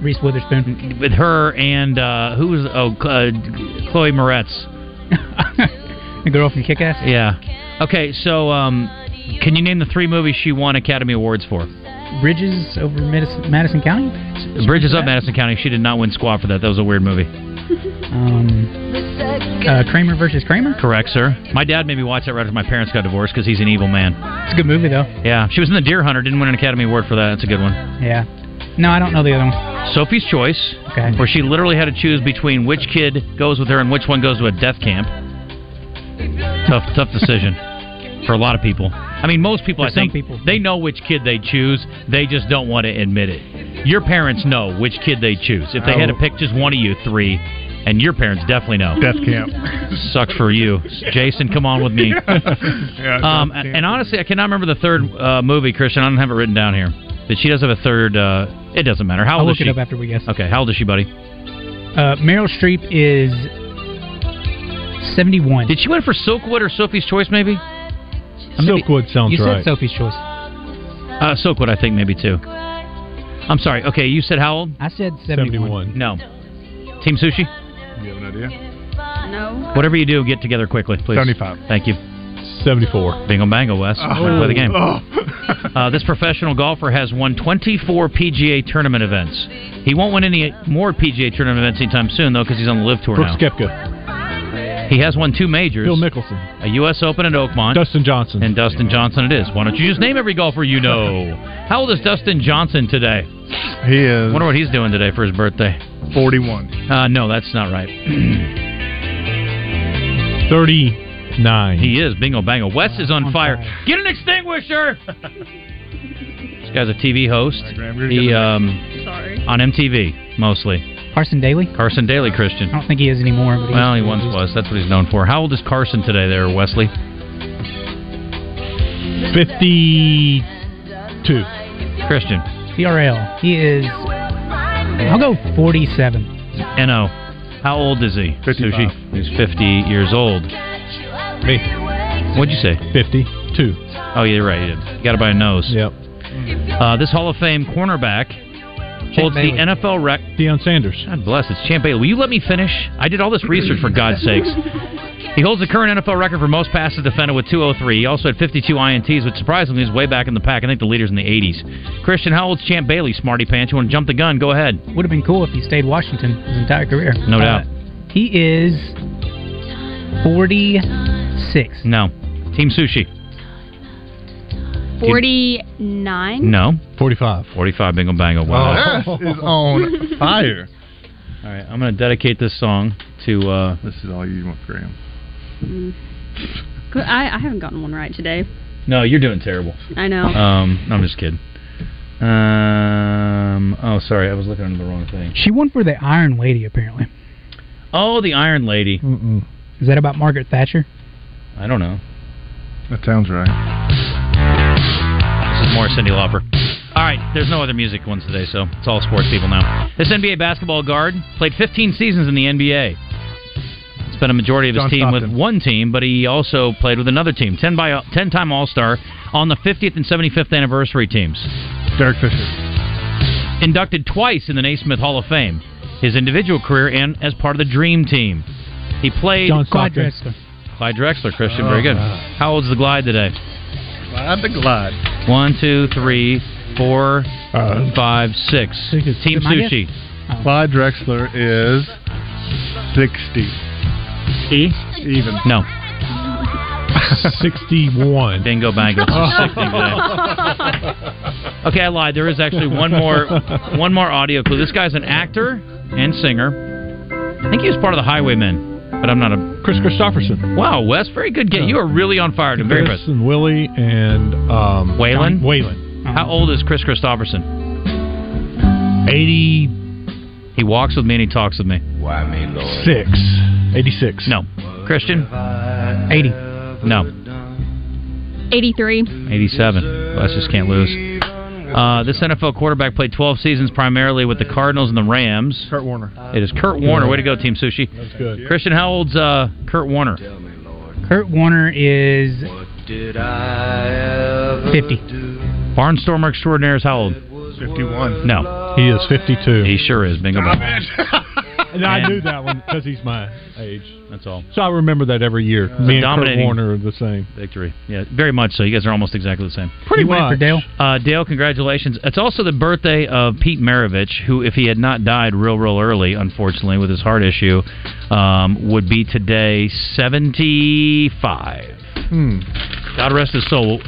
Speaker 5: Reese Witherspoon.
Speaker 4: With her and uh, who was oh uh, Chloe Moretz.
Speaker 5: The girl from Kick Ass?
Speaker 4: Yeah. Okay, so um, can you name the three movies she won Academy Awards for?
Speaker 5: Bridges over Madison, Madison County?
Speaker 4: Bridges Up Madison County. She did not win Squad for that. That was a weird movie.
Speaker 5: Um, uh, Kramer versus Kramer?
Speaker 4: Correct, sir. My dad made me watch that right after my parents got divorced because he's an evil man.
Speaker 5: It's a good movie, though.
Speaker 4: Yeah, she was in The Deer Hunter. Didn't win an Academy Award for that. That's a good one.
Speaker 5: Yeah. No, I don't know the other one.
Speaker 4: Sophie's Choice, where she literally had to choose between which kid goes with her and which one goes to a death camp. Tough, tough decision for a lot of people. I mean, most people,
Speaker 5: For
Speaker 4: I think,
Speaker 5: some people.
Speaker 4: they know which kid they choose. They just don't want to admit it. Your parents know which kid they choose. If they had to
Speaker 5: Oh.
Speaker 4: pick just one of you three, and your parents definitely know.
Speaker 6: Death camp.
Speaker 4: Sucks for you. Jason, come on
Speaker 5: *laughs*
Speaker 4: with me.
Speaker 6: *laughs* Yeah,
Speaker 4: Um,
Speaker 6: Death
Speaker 4: and
Speaker 6: Camp.
Speaker 4: and honestly, I cannot remember the third uh, movie, Christian. I don't have it written down here. But she does have a third. Uh, it doesn't matter. How
Speaker 5: I'll
Speaker 4: old
Speaker 5: look
Speaker 4: is she?
Speaker 5: it up after we guess.
Speaker 4: Okay, how old is she, buddy?
Speaker 5: Uh, Meryl Streep is 71.
Speaker 4: Did she win for Silkwood or Sophie's Choice, maybe?
Speaker 7: Silkwood sounds
Speaker 5: you said
Speaker 4: right.
Speaker 5: Sophie's Choice.
Speaker 4: Uh, Silkwood, I think, maybe too. I'm sorry. Okay, you said how old?
Speaker 5: I said 71.
Speaker 4: No. Team Sushi?
Speaker 6: You have an idea?
Speaker 10: No.
Speaker 4: Whatever you do, get together quickly, please.
Speaker 6: 75.
Speaker 4: Thank you.
Speaker 7: 74.
Speaker 4: Bingo bango, Wes.
Speaker 6: Oh.
Speaker 4: Play the game.
Speaker 6: Oh.
Speaker 4: *laughs* Uh, this professional golfer has won 24 PGA tournament events. He won't win any more PGA tournament events anytime soon, though, because he's on the live tour
Speaker 7: Brooks
Speaker 4: now.
Speaker 7: Koepka.
Speaker 4: He has won two majors.
Speaker 7: Bill Mickelson.
Speaker 4: a U.S. Open at Oakmont.
Speaker 7: Dustin Johnson.
Speaker 4: And Dustin Johnson it is. Why don't you just name every golfer you know? How old is Dustin Johnson today?
Speaker 6: He is.
Speaker 4: Wonder what he's doing today for his birthday.
Speaker 6: 41.
Speaker 4: Uh, no, that's not right.
Speaker 7: 30. nine.
Speaker 4: He is. Bingo bango. Wes is on fire. Get an extinguisher. This guy's a TV host. He um, *laughs*
Speaker 10: Sorry.
Speaker 4: on MTV mostly.
Speaker 5: Carson Daly?
Speaker 4: Carson Daly Christian.
Speaker 5: I don't think he is anymore. But
Speaker 4: Well, he once was. That's what he's known for. How old is Carson today, there, Wesley?
Speaker 7: 52.
Speaker 4: Christian.
Speaker 5: TRL. He is. I'll go 47.
Speaker 4: N.O. How old is he? Sushi. He's 50 years old.
Speaker 7: Me.
Speaker 4: What'd you say?
Speaker 7: 52.
Speaker 4: Oh, yeah, you're right. You did. got it by a nose.
Speaker 7: Yep.
Speaker 4: Uh, this Hall of Fame cornerback holds
Speaker 7: Bailey.
Speaker 4: the NFL rec.
Speaker 7: Deion Sanders.
Speaker 4: God bless. It's Champ Bailey. Will you let me finish? I did all this research for God's sakes. He holds the current NFL record for most passes defended with 203. He also had 52 INTs, which surprisingly is way back in the pack. I think the leader's in the 80s. Christian, how old's Champ Bailey, smarty pants? You want to jump the gun? Go ahead.
Speaker 5: Would have been cool if he stayed Washington his entire career.
Speaker 4: No
Speaker 5: Uh,
Speaker 4: doubt.
Speaker 5: He is 46.
Speaker 4: No. Team Sushi.
Speaker 10: 49?
Speaker 4: No.
Speaker 7: 45.
Speaker 4: 45, bingo bango. Wow.
Speaker 10: *laughs*
Speaker 6: Wes is on fire.
Speaker 4: All right, I'm going to dedicate this song to. Uh,
Speaker 6: this is all you want, Graham.
Speaker 10: Mm. Good- I, I haven't gotten one right today.
Speaker 4: No, you're doing terrible.
Speaker 10: I know.
Speaker 4: Um, I'm just kidding. Um, oh, sorry, I was looking under the wrong thing.
Speaker 5: She won for the Iron Lady, apparently.
Speaker 4: Oh, the Iron Lady.
Speaker 6: Mm-mm.
Speaker 5: Is that about Margaret Thatcher?
Speaker 4: I don't know.
Speaker 6: That sounds right.
Speaker 4: This is more Cindy Lauper. All right, there's no other music ones today, so it's all sports people now. This NBA basketball guard played 15 seasons in the NBA. Spent a majority of his
Speaker 11: John
Speaker 4: team
Speaker 11: Stockton.
Speaker 4: with one team, but he also played with another team. 10 by 10 time All Star on the 50th and 75th anniversary teams.
Speaker 6: Derek Fisher.
Speaker 4: Inducted twice in the Naismith Hall of Fame, his individual career and as part of the Dream Team. He played
Speaker 5: John Stockton. Clyde Drexler.
Speaker 4: Clyde Drexler, Christian, very
Speaker 5: Oh,
Speaker 4: good.
Speaker 5: wow.
Speaker 4: How old's the Glide today?
Speaker 6: Glide the Glide.
Speaker 4: One, two, three, four, five, six. Team
Speaker 6: my guess?
Speaker 4: Sushi.
Speaker 6: Clyde Drexler is 60.
Speaker 4: E?
Speaker 6: Even.
Speaker 4: No.
Speaker 7: 61.
Speaker 4: Bingo
Speaker 2: Oh,
Speaker 4: bango.
Speaker 1: *laughs*
Speaker 4: It's a sick thing today. *laughs* Okay, I lied. There is actually one more one more audio clue. This guy's an actor and singer. I think he was part of the Highwaymen, but I'm not a
Speaker 7: Chris Christopherson.
Speaker 4: Wow, Wes, very good get. You are really on fire. I'm very
Speaker 7: Chris
Speaker 4: impressed.
Speaker 7: and Willie and um,
Speaker 4: Waylon?
Speaker 7: Waylon.
Speaker 4: How old is Chris Christopherson?
Speaker 7: 80.
Speaker 4: He walks with me and he talks with me.
Speaker 7: Why me, Lord? Six. 86.
Speaker 4: No. Christian?
Speaker 5: 80.
Speaker 4: No.
Speaker 10: 83.
Speaker 4: 87. Wes just can't lose. Uh, this NFL quarterback played 12 seasons primarily with the Cardinals and the Rams.
Speaker 6: Kurt Warner.
Speaker 4: It is Kurt Warner. Way to go, Team Sushi. That's
Speaker 6: good.
Speaker 4: Christian, how old's uh, Kurt Warner?
Speaker 5: Kurt Warner is 50.
Speaker 4: Barnstormer extraordinaire is how old?
Speaker 6: 51.
Speaker 4: No.
Speaker 7: He is 52.
Speaker 4: He sure is. Bingo.
Speaker 7: Stop
Speaker 4: bango.
Speaker 7: And I knew that one because he's my age.
Speaker 4: That's all.
Speaker 7: So I remember that every year. Me and Kurt
Speaker 4: Dominating
Speaker 7: Warner are the same.
Speaker 4: Victory. Yeah, very much so. You guys are almost exactly the same.
Speaker 7: Pretty You win it for much. Dale?
Speaker 4: Uh, Dale, congratulations. It's also the birthday of Pete Maravich, who, if he had not died real, real early, unfortunately, with his heart issue, um, would be today 75.
Speaker 6: Hmm.
Speaker 4: God rest his soul.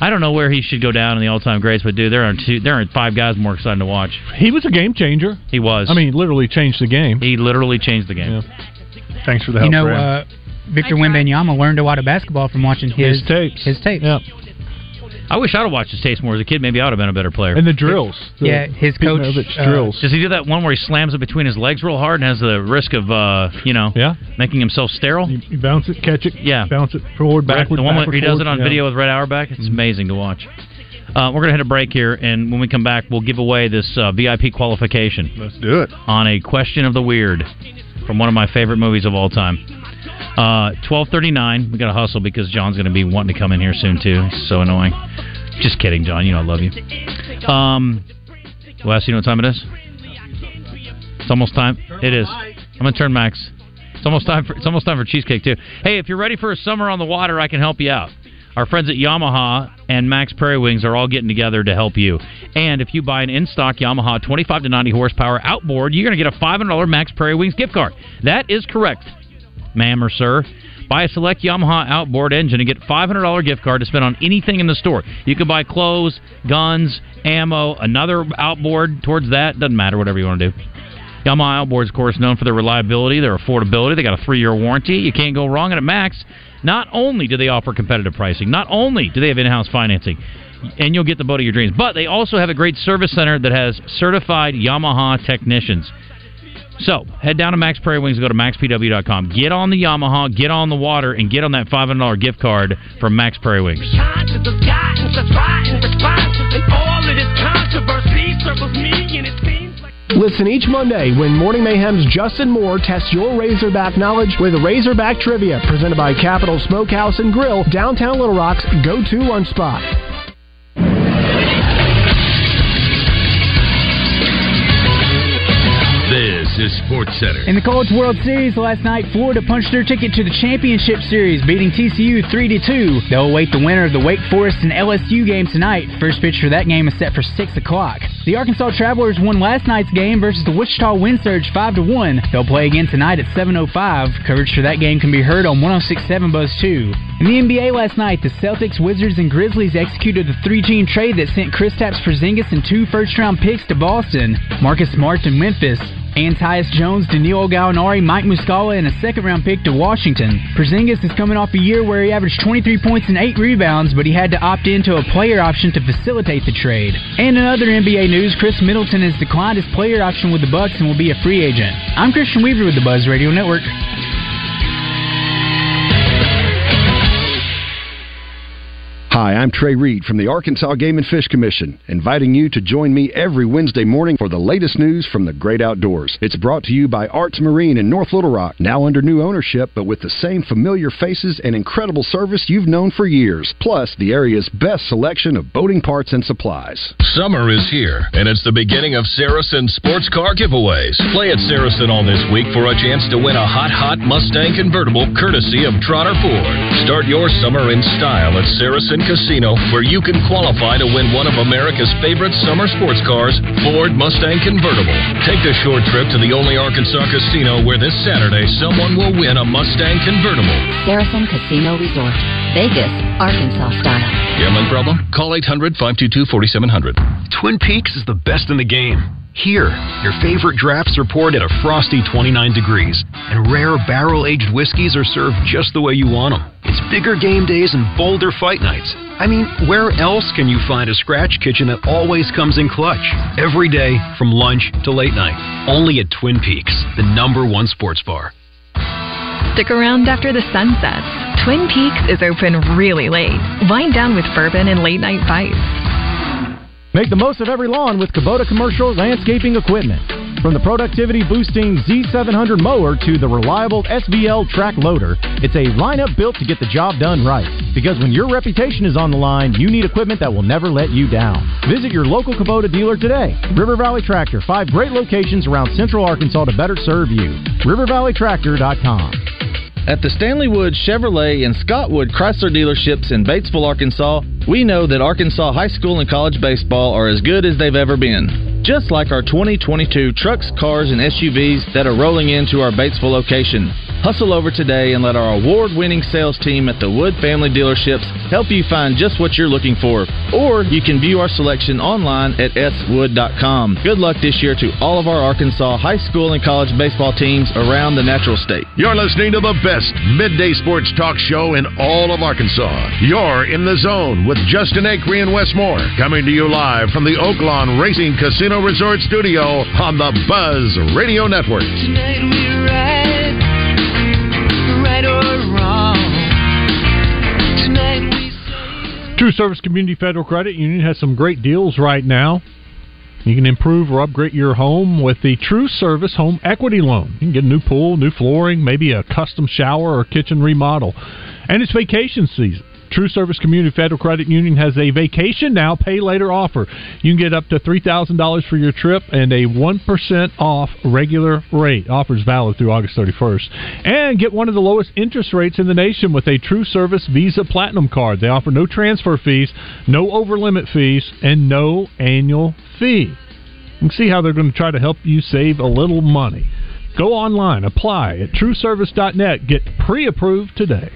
Speaker 4: I don't know where he should go down in the all-time greats, but dude, there are two, there are five guys more exciting to watch.
Speaker 7: He was a game changer.
Speaker 4: He was.
Speaker 7: I mean, literally changed the game.
Speaker 4: He literally changed the game.
Speaker 7: Thanks for the
Speaker 5: You
Speaker 7: help.
Speaker 5: know,
Speaker 7: Brad.
Speaker 5: uh, Victor Wembanyama learned a lot of basketball from watching his,
Speaker 7: His tapes.
Speaker 5: His tapes.
Speaker 4: I wish I'd have watched his taste more as a kid. Maybe I'd have been a better player.
Speaker 7: and the drills. The
Speaker 5: yeah, his
Speaker 7: Pete
Speaker 5: coach,
Speaker 7: Maravich
Speaker 5: uh,
Speaker 7: drills.
Speaker 4: Does he do that one where he slams it between his legs real hard and has the risk of, uh, you know, yeah. making himself sterile?
Speaker 7: You bounce it, catch it,
Speaker 4: yeah.
Speaker 7: bounce it forward, backward.
Speaker 4: the one where
Speaker 7: backward,
Speaker 4: he does it
Speaker 7: forward,
Speaker 4: on
Speaker 7: yeah.
Speaker 4: video with Red Auerbach.
Speaker 6: Mm-hmm.
Speaker 4: It's amazing to watch. Uh, we're going to hit a break here, and when we come back, we'll give away this uh, VIP qualification.
Speaker 6: Let's do it.
Speaker 4: On a question of the weird from one of my favorite movies of all time. Uh, 1239. we got to hustle because John's going to be wanting to come in here soon, too. He's so annoying. Just kidding, John. You know I love you. Um, Wes, you know what time it is? It's almost time. It is. I'm gonna turn Max. It's almost time for it's almost time for cheesecake too. Hey, if you're ready for a summer on the water, I can help you out. Our friends at Yamaha and Max Prairie Wings are all getting together to help you. And if you buy an in-stock Yamaha 25 to 90 horsepower outboard, you're going to get a $500 Max Prairie Wings gift card. That is correct ma'am or sir. Buy a select Yamaha outboard engine and get $500 gift card to spend on anything in the store. You can buy clothes, guns, ammo, another outboard towards that. Doesn't matter, whatever you want to do. Yamaha outboards, of course, known for their reliability, their affordability. They got a three-year warranty. You can't go wrong. And at Max, not only do they offer competitive pricing, not only do they have in-house financing, and you'll get the boat of your dreams, but they also have a great service center that has certified Yamaha technicians. So head down to Max Prairie Wings, go to maxpw.com, get on the Yamaha, get on the water, and get on that five hundred dollar gift card from Max Prairie Wings.
Speaker 1: Conscious of guidance, that's right and responses, and all of this controversy circles me, and it seems.
Speaker 11: Listen each Monday when Morning Mayhem's Justin Moore tests your Razorback knowledge with Razorback Trivia, presented by Capital Smokehouse and Grill, downtown Little Rock's go-to lunch spot.
Speaker 12: This is Sports Center.
Speaker 5: In the College World Series last night, Florida punched their ticket to the championship series, beating TCU 3-2. They'll await the winner of the Wake Forest and LSU game tonight. First pitch for that game is set for 6 o'clock. The Arkansas Travelers won last night's game versus the Wichita Wind Surge 5-1. They'll play again tonight at 7.05. Coverage for that game can be heard on 106.7 Buzz 2. In the NBA last night, the Celtics, Wizards, and Grizzlies executed the three-team trade that sent Kristaps Porzingis and two first-round picks to Boston, Marcus Smart to Memphis, and Tyus Jones, Danilo Gallinari, Mike Muscala, and a second-round pick to Washington. Porzingis is coming off a year where he averaged 23 points and 8 rebounds, but he had to opt into a player option to facilitate the trade. And in other NBA news, Chris Middleton has declined his player option with the Bucks and will be a free agent. I'm Christian Weaver with the Buzz Radio Network.
Speaker 13: Hi, I'm Trey Reed from the Arkansas Game and Fish Commission, inviting you to join me every Wednesday morning for the latest news from the great outdoors. It's brought to you by Arts Marine in North Little Rock, now under new ownership, but with the same familiar faces and incredible service you've known for years, plus the area's best selection of boating parts and supplies.
Speaker 12: Summer is here, and it's the beginning of Saracen sports car giveaways. Play at Saracen all this week for a chance to win a hot, hot Mustang convertible courtesy of Trotter Ford. Start your summer in style at Saracen Casino, where you can qualify to win one of America's favorite summer sports cars, Ford Mustang convertible. Take the short trip to the only Arkansas casino where this Saturday someone will win a Mustang convertible.
Speaker 14: Saracen Casino Resort, Vegas, Arkansas style.
Speaker 12: Gambling problem? Call 800 522 4700.
Speaker 15: Twin Peaks is the best in the game. Here, your favorite drafts are poured at a frosty 29 degrees, and rare barrel aged whiskeys are served just the way you want them. It's bigger game days and bolder fight nights. I mean, where else can you find a scratch kitchen that always comes in clutch? Every day, from lunch to late night. Only at Twin Peaks, the number one sports bar.
Speaker 16: Stick around after the sun sets. Twin Peaks is open really late. Wind down with bourbon and late night bites.
Speaker 11: Make the most of every lawn with Kubota commercial landscaping equipment. From the productivity boosting Z700 mower to the reliable SBL track loader, it's a lineup built to get the job done right. Because when your reputation is on the line, you need equipment that will never let you down. Visit your local Kubota dealer today. River Valley Tractor, five great locations around central Arkansas to better serve you. RiverValleyTractor.com.
Speaker 17: At the Stanley Wood Chevrolet and Scottwood Chrysler dealerships in Batesville, Arkansas, we know that Arkansas high school and college baseball are as good as they've ever been. Just like our 2022 trucks, cars, and SUVs that are rolling into our Batesville location. Hustle over today and let our award winning sales team at the Wood Family Dealerships help you find just what you're looking for. Or you can view our selection online at swood.com. Good luck this year to all of our Arkansas high school and college baseball teams around the natural state.
Speaker 2: You're listening to the best midday sports talk show in all of Arkansas. You're in the zone with Justin Acree and Wes Moore, coming to you live from the Oaklawn Racing Casino Resort Studio on the Buzz Radio Network.
Speaker 1: Tonight we're right, right or wrong. Tonight we
Speaker 7: True Service Community Federal Credit Union has some great deals right now. You can improve or upgrade your home with the True Service Home Equity Loan. You can get a new pool, new flooring, maybe a custom shower or kitchen remodel. And it's vacation season. True Service Community Federal Credit Union has a vacation now, pay later offer. You can get up to $3,000 for your trip and a 1% off regular rate. Offers valid through August 31st. And get one of the lowest interest rates in the nation with a True Service Visa Platinum card. They offer no transfer fees, no over limit fees, and no annual fee. You can see how they're going to try to help you save a little money. Go online, apply at trueservice.net, get pre approved today.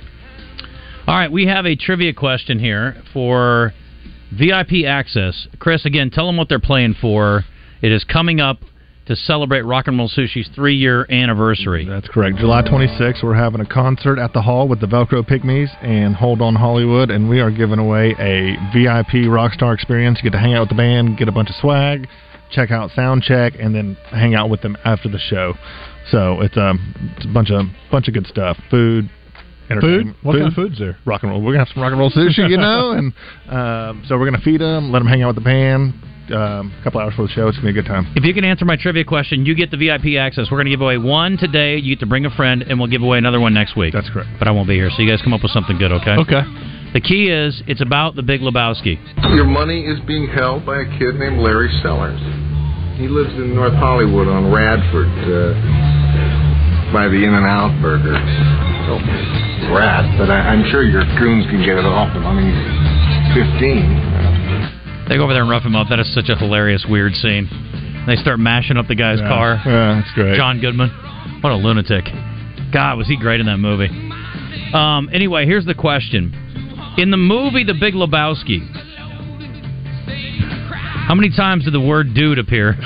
Speaker 4: All right, we have a trivia question here for VIP access. Chris, again, tell them what they're playing for. It is coming up to celebrate Rock and Roll Sushi's three year anniversary.
Speaker 6: That's correct. July 26th, we're having a concert at the hall with the Velcro Pygmies and Hold On Hollywood, and we are giving away a VIP Rockstar experience. You get to hang out with the band, get a bunch of swag, check out sound check, and then hang out with them after the show. So it's, um, it's a bunch of bunch of good stuff. Food, entertainment.
Speaker 7: What kind of food's there?
Speaker 6: Rock and roll. We're gonna have some rock and roll sushi, you know, and um, so we're gonna feed them, let them hang out with the band. Um, a couple hours for the show. It's gonna be a good time.
Speaker 4: If you can answer my trivia question, you get the VIP access. We're going to give away one today. You get to bring a friend, and we'll give away another one next week. That's correct. But I won't be here, so you guys come up with something good, okay?
Speaker 7: Okay.
Speaker 4: The key is it's about the Big Lebowski.
Speaker 18: Your money is being held by a kid named Larry Sellers. He lives in North Hollywood on Radford uh, by the In and Out Burger. So, rat, but I, I'm sure your goons can get it off him. I mean, 15.
Speaker 4: They go over there and rough him up. That is such a hilarious, weird scene. And they start mashing up the guy's
Speaker 6: Yeah.
Speaker 4: car.
Speaker 6: Yeah, that's great.
Speaker 4: John Goodman. What a lunatic. God, was he great in that movie. Um, anyway, here's the question. In the movie The Big Lebowski, how many times did the word
Speaker 6: *laughs*
Speaker 4: dude appear?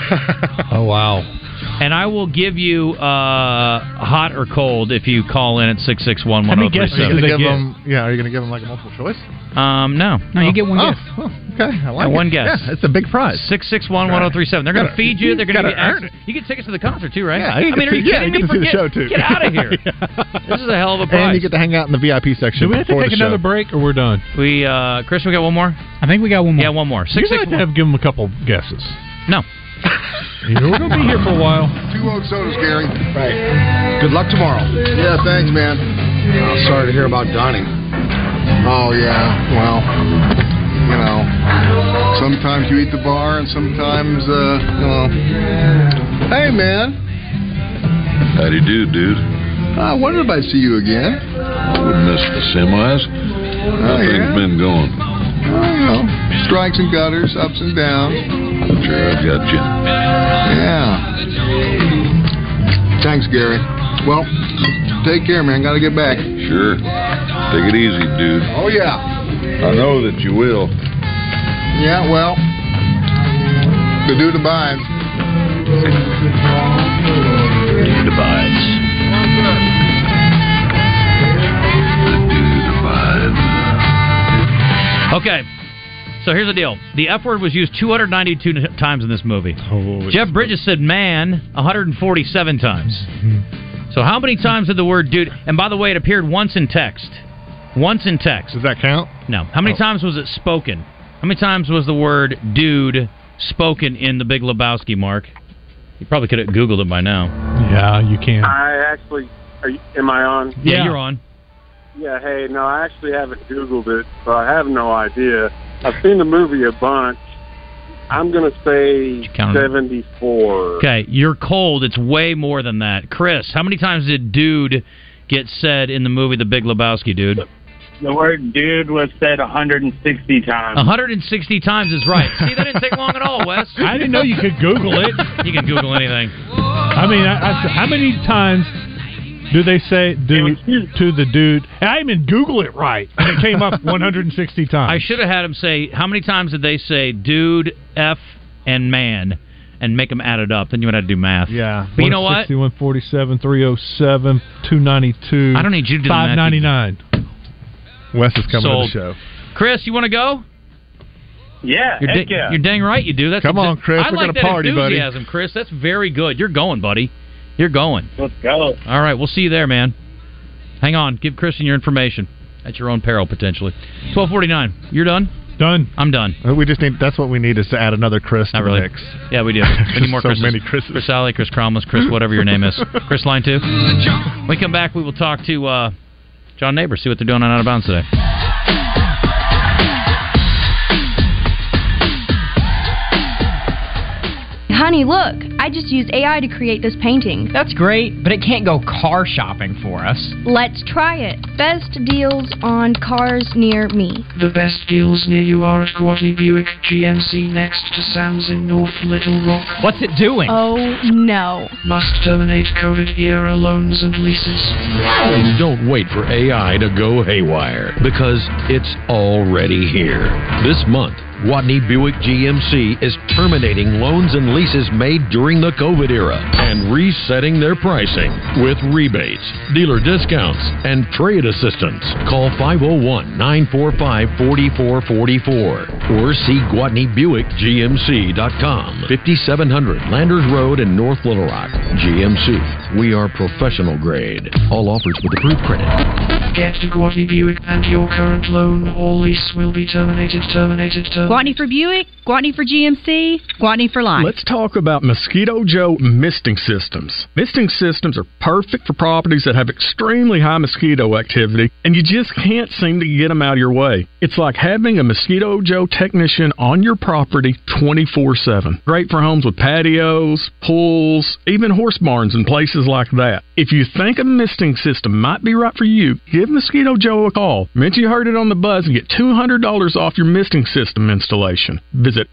Speaker 4: oh, wow. And I will give you uh, hot or cold if you call in at 661
Speaker 6: How many guesses are you gonna give
Speaker 4: 1037.
Speaker 6: them? Yeah, are you gonna give them like a multiple choice?
Speaker 4: Um, no.
Speaker 6: No, you get one
Speaker 4: Oh.
Speaker 6: guess. Okay, I like
Speaker 4: And
Speaker 6: it.
Speaker 4: one guess.
Speaker 6: Yeah, it's a big prize.
Speaker 4: Six six one one zero three seven. They're going to
Speaker 6: Gotta-
Speaker 4: feed you. They're going to
Speaker 6: gotta
Speaker 4: give you
Speaker 6: earn
Speaker 4: access. You get tickets to the concert too, right?
Speaker 6: Yeah, you
Speaker 4: I
Speaker 6: get
Speaker 4: mean,
Speaker 6: to
Speaker 4: are
Speaker 6: see-
Speaker 4: you
Speaker 6: yeah, you
Speaker 4: kidding me?
Speaker 6: get to see the
Speaker 4: Forget-
Speaker 6: show, too.
Speaker 4: Get out of here. This is a hell of a prize.
Speaker 6: And you get to hang out in the VIP section.
Speaker 4: Do we have to
Speaker 6: before
Speaker 4: take
Speaker 6: the show.
Speaker 4: another
Speaker 7: break or we're done?
Speaker 4: We, uh, Chris, we got one more?
Speaker 5: I think we got one more.
Speaker 4: Yeah, one more. Six
Speaker 7: You're going to
Speaker 4: six one.
Speaker 7: have to give them a couple guesses.
Speaker 4: No.
Speaker 7: You're going to be here for a while.
Speaker 18: Two oak sodas, Gary. Right. Good luck tomorrow. Yeah, thanks, man. Oh, sorry to hear about Donnie. Oh, yeah. Well, you know, sometimes you eat the bar and sometimes, uh, you know. Hey, man.
Speaker 19: How do you do, dude?
Speaker 18: I wondered if I'd see you again.
Speaker 19: Wouldn't miss the semis. How
Speaker 18: Oh,
Speaker 19: things
Speaker 18: yeah.
Speaker 19: been going?
Speaker 18: Oh, you know, strikes and gutters, ups and downs.
Speaker 19: Sure, I got you.
Speaker 18: Yeah. Thanks, Gary. Well, take care, man. Gotta get back.
Speaker 19: Sure. Take it easy, dude.
Speaker 18: Oh, yeah.
Speaker 19: I know that you will.
Speaker 18: Yeah, well, the dude abides.
Speaker 19: Dude abides.
Speaker 4: Okay. So here's the deal. The F word was used 292 n- times in this movie. Jeff Bridges said man 147 times. So how many times did the word dude? And by the way, it appeared once in text. Once in text. Does
Speaker 6: that count?
Speaker 4: No. How many times was it spoken? How many times was the word dude spoken in The Big Lebowski, Mark? You probably could have Googled it by now.
Speaker 7: Yeah, you can.
Speaker 20: I actually, are you, am I on?
Speaker 4: Yeah, you're on.
Speaker 20: Yeah, hey, no, I actually haven't Googled it, so I have no idea. I've seen the movie a bunch. I'm going to say
Speaker 4: count it?
Speaker 20: 74.
Speaker 4: Okay, you're cold. It's way more than that. Chris, how many times did dude get said in the movie The Big Lebowski, dude?
Speaker 21: The word dude was said 160 times.
Speaker 4: 160 times is right. See, that didn't take long at all, Wes.
Speaker 7: I didn't know you could Google it.
Speaker 4: You can Google anything.
Speaker 7: I mean, I, I, how many times do they say do, to the dude? And I even Google it right, and it came up *laughs* 160
Speaker 4: I
Speaker 7: times.
Speaker 4: should have had him say, how many times did they say dude, F, and man, and make them add it up? Then you would have to do math.
Speaker 7: Yeah.
Speaker 4: But you know what?
Speaker 7: 147, 307, 292.
Speaker 4: I don't need you to do the math.
Speaker 7: 599.
Speaker 6: Wes is coming
Speaker 4: Sold.
Speaker 6: to the show.
Speaker 4: Chris, you want to go?
Speaker 21: Yeah,
Speaker 4: You're,
Speaker 21: heck
Speaker 4: da-
Speaker 21: yeah.
Speaker 4: you're dang right you do. That's
Speaker 6: Come on, Chris,
Speaker 4: I
Speaker 6: we're
Speaker 4: like
Speaker 6: gonna
Speaker 4: that
Speaker 6: party, buddy.
Speaker 4: enthusiasm, Chris. That's very good. You're going, buddy. You're going.
Speaker 21: Let's go.
Speaker 4: All right, we'll see you there, man. Hang on. Give Christian your information at your own peril, potentially. 1249. You're done?
Speaker 7: Done.
Speaker 4: I'm done.
Speaker 6: Uh, We just need. That's what we need is to add another Chris to
Speaker 4: Not
Speaker 6: the
Speaker 4: really.
Speaker 6: mix. *laughs*
Speaker 4: Yeah, we do. We need more
Speaker 6: So
Speaker 4: Chris's.
Speaker 6: many
Speaker 4: Chris Alley, Chris Cromless, Chris, whatever your name is. Chris Line 2. When we come back, we will talk to uh, John Neighbor, see what they're doing on Out of Bounds today.
Speaker 22: Honey, look, I just used AI to create this painting.
Speaker 23: That's great, but it can't go car shopping for us.
Speaker 22: Let's try it. Best deals on cars near me.
Speaker 24: The best deals near you are at Wadley Buick GMC next to Sam's in North Little Rock.
Speaker 23: What's it doing?
Speaker 22: Oh no.
Speaker 24: Must terminate COVID era loans and leases.
Speaker 25: Don't wait for AI to go haywire because it's already here. This month,
Speaker 26: Watney Buick GMC is terminating loans and leases made during the COVID era and resetting their pricing with rebates, dealer discounts, and trade assistance. Call 501 945 4444 or see GuatneyBuickGMC.com. 5700 Landers Road in North Little Rock. GMC. We are professional grade. All offers with approved credit.
Speaker 24: Get to Guadney Buick and your current loan or lease will be terminated, terminated, terminated.
Speaker 3: Guatney for Buick, Guatney for GMC, Guatney for life.
Speaker 8: Let's talk about Mosquito Joe misting systems. Misting systems are perfect for properties that have extremely high mosquito activity, and you just can't seem to get them out of your way. It's like having a Mosquito Joe technician on your property 24 7. Great for homes with patios, pools, even horse barns and places like that. If you think a misting system might be right for you, give Mosquito Joe a call. Mention you heard it on the buzz and get $200 off your misting system installation. Visit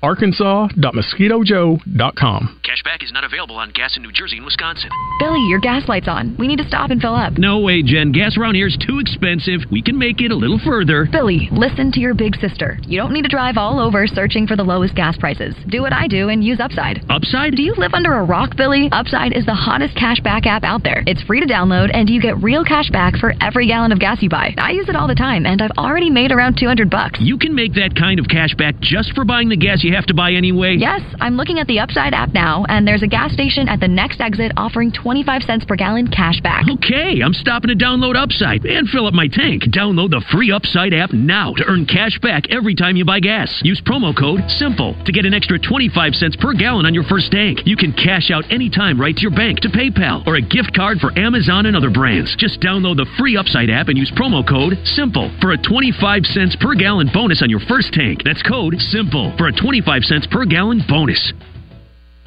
Speaker 8: arkansas.mosquitojoe.com.
Speaker 9: Cashback is not available on gas in New Jersey and Wisconsin.
Speaker 22: Billy, your gas light's on. We need to stop and fill up.
Speaker 9: No way, Jen. Gas around here is too expensive. We can make it a little further.
Speaker 22: Billy, listen to your big sister. You don't need to drive all over searching for the lowest gas prices. Do what I do and use Upside.
Speaker 9: Upside?
Speaker 22: Do you live under a rock, Billy? Upside is the hottest cashback app out there. It's free to download, and you get real cash back for every gallon of gas you buy. I use it all the time, and I've already made around 200 bucks.
Speaker 9: You can make that kind of cashback just for buying the gas you have to buy anyway.
Speaker 22: Yes, I'm looking at the Upside app now, and there's a gas station at the next exit offering 25 cents per gallon cash back.
Speaker 9: Okay, I'm stopping to download Upside and fill up my tank. Download the free Upside app now to earn cash back every time you buy gas. Use promo code SIMPLE to get an extra 25 cents per gallon on your first tank. You can cash out anytime right to your bank, to PayPal, or a gift card for Amazon and other brands. Just download the free Upside app and use promo code SIMPLE for a 25 cents per gallon bonus on your first tank. That's code SIMPLE for a 25 cents per gallon bonus.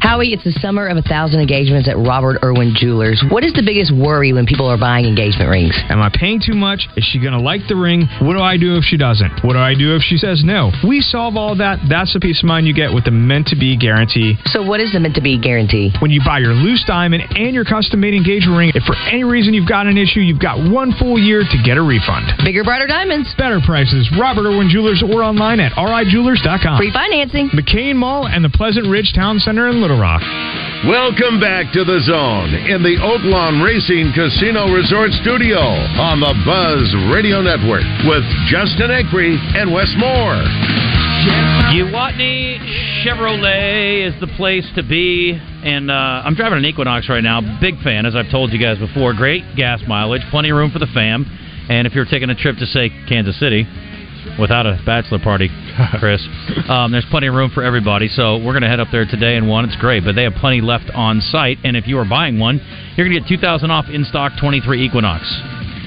Speaker 10: Howie, it's the summer of a thousand engagements at Robert Irwin Jewelers. What is the biggest worry when people are buying engagement rings?
Speaker 25: Am I paying too much? Is she going to like the ring? What do I do if she doesn't? What do I do if she says no? We solve all that. That's the peace of mind you get with the meant to be guarantee.
Speaker 10: So, what is the meant to be guarantee?
Speaker 25: When you buy your loose diamond and your custom made engagement ring, if for any reason you've got an issue, you've got one full year to get a refund.
Speaker 10: Bigger, brighter diamonds.
Speaker 25: Better prices. Robert Irwin Jewelers or online at rijewelers.com.
Speaker 10: Free financing.
Speaker 25: McCain Mall and the Pleasant Ridge Town Center in Little Rock.
Speaker 2: Welcome back to the zone in the Oaklawn Racing Casino Resort Studio on the Buzz Radio Network with Justin Eckery and Wes Moore.
Speaker 4: Uwatney Chevrolet is the place to be, and uh, I'm driving an Equinox right now. Big fan, as I've told you guys before. Great gas mileage, plenty of room for the fam, and if you're taking a trip to say Kansas City, without a bachelor party, Chris. um, there's plenty of room for everybody, so we're going to head up there today and one. It's great, but they have plenty left on site, and if you are buying one, you're going to get 2000 off in stock 23 Equinox.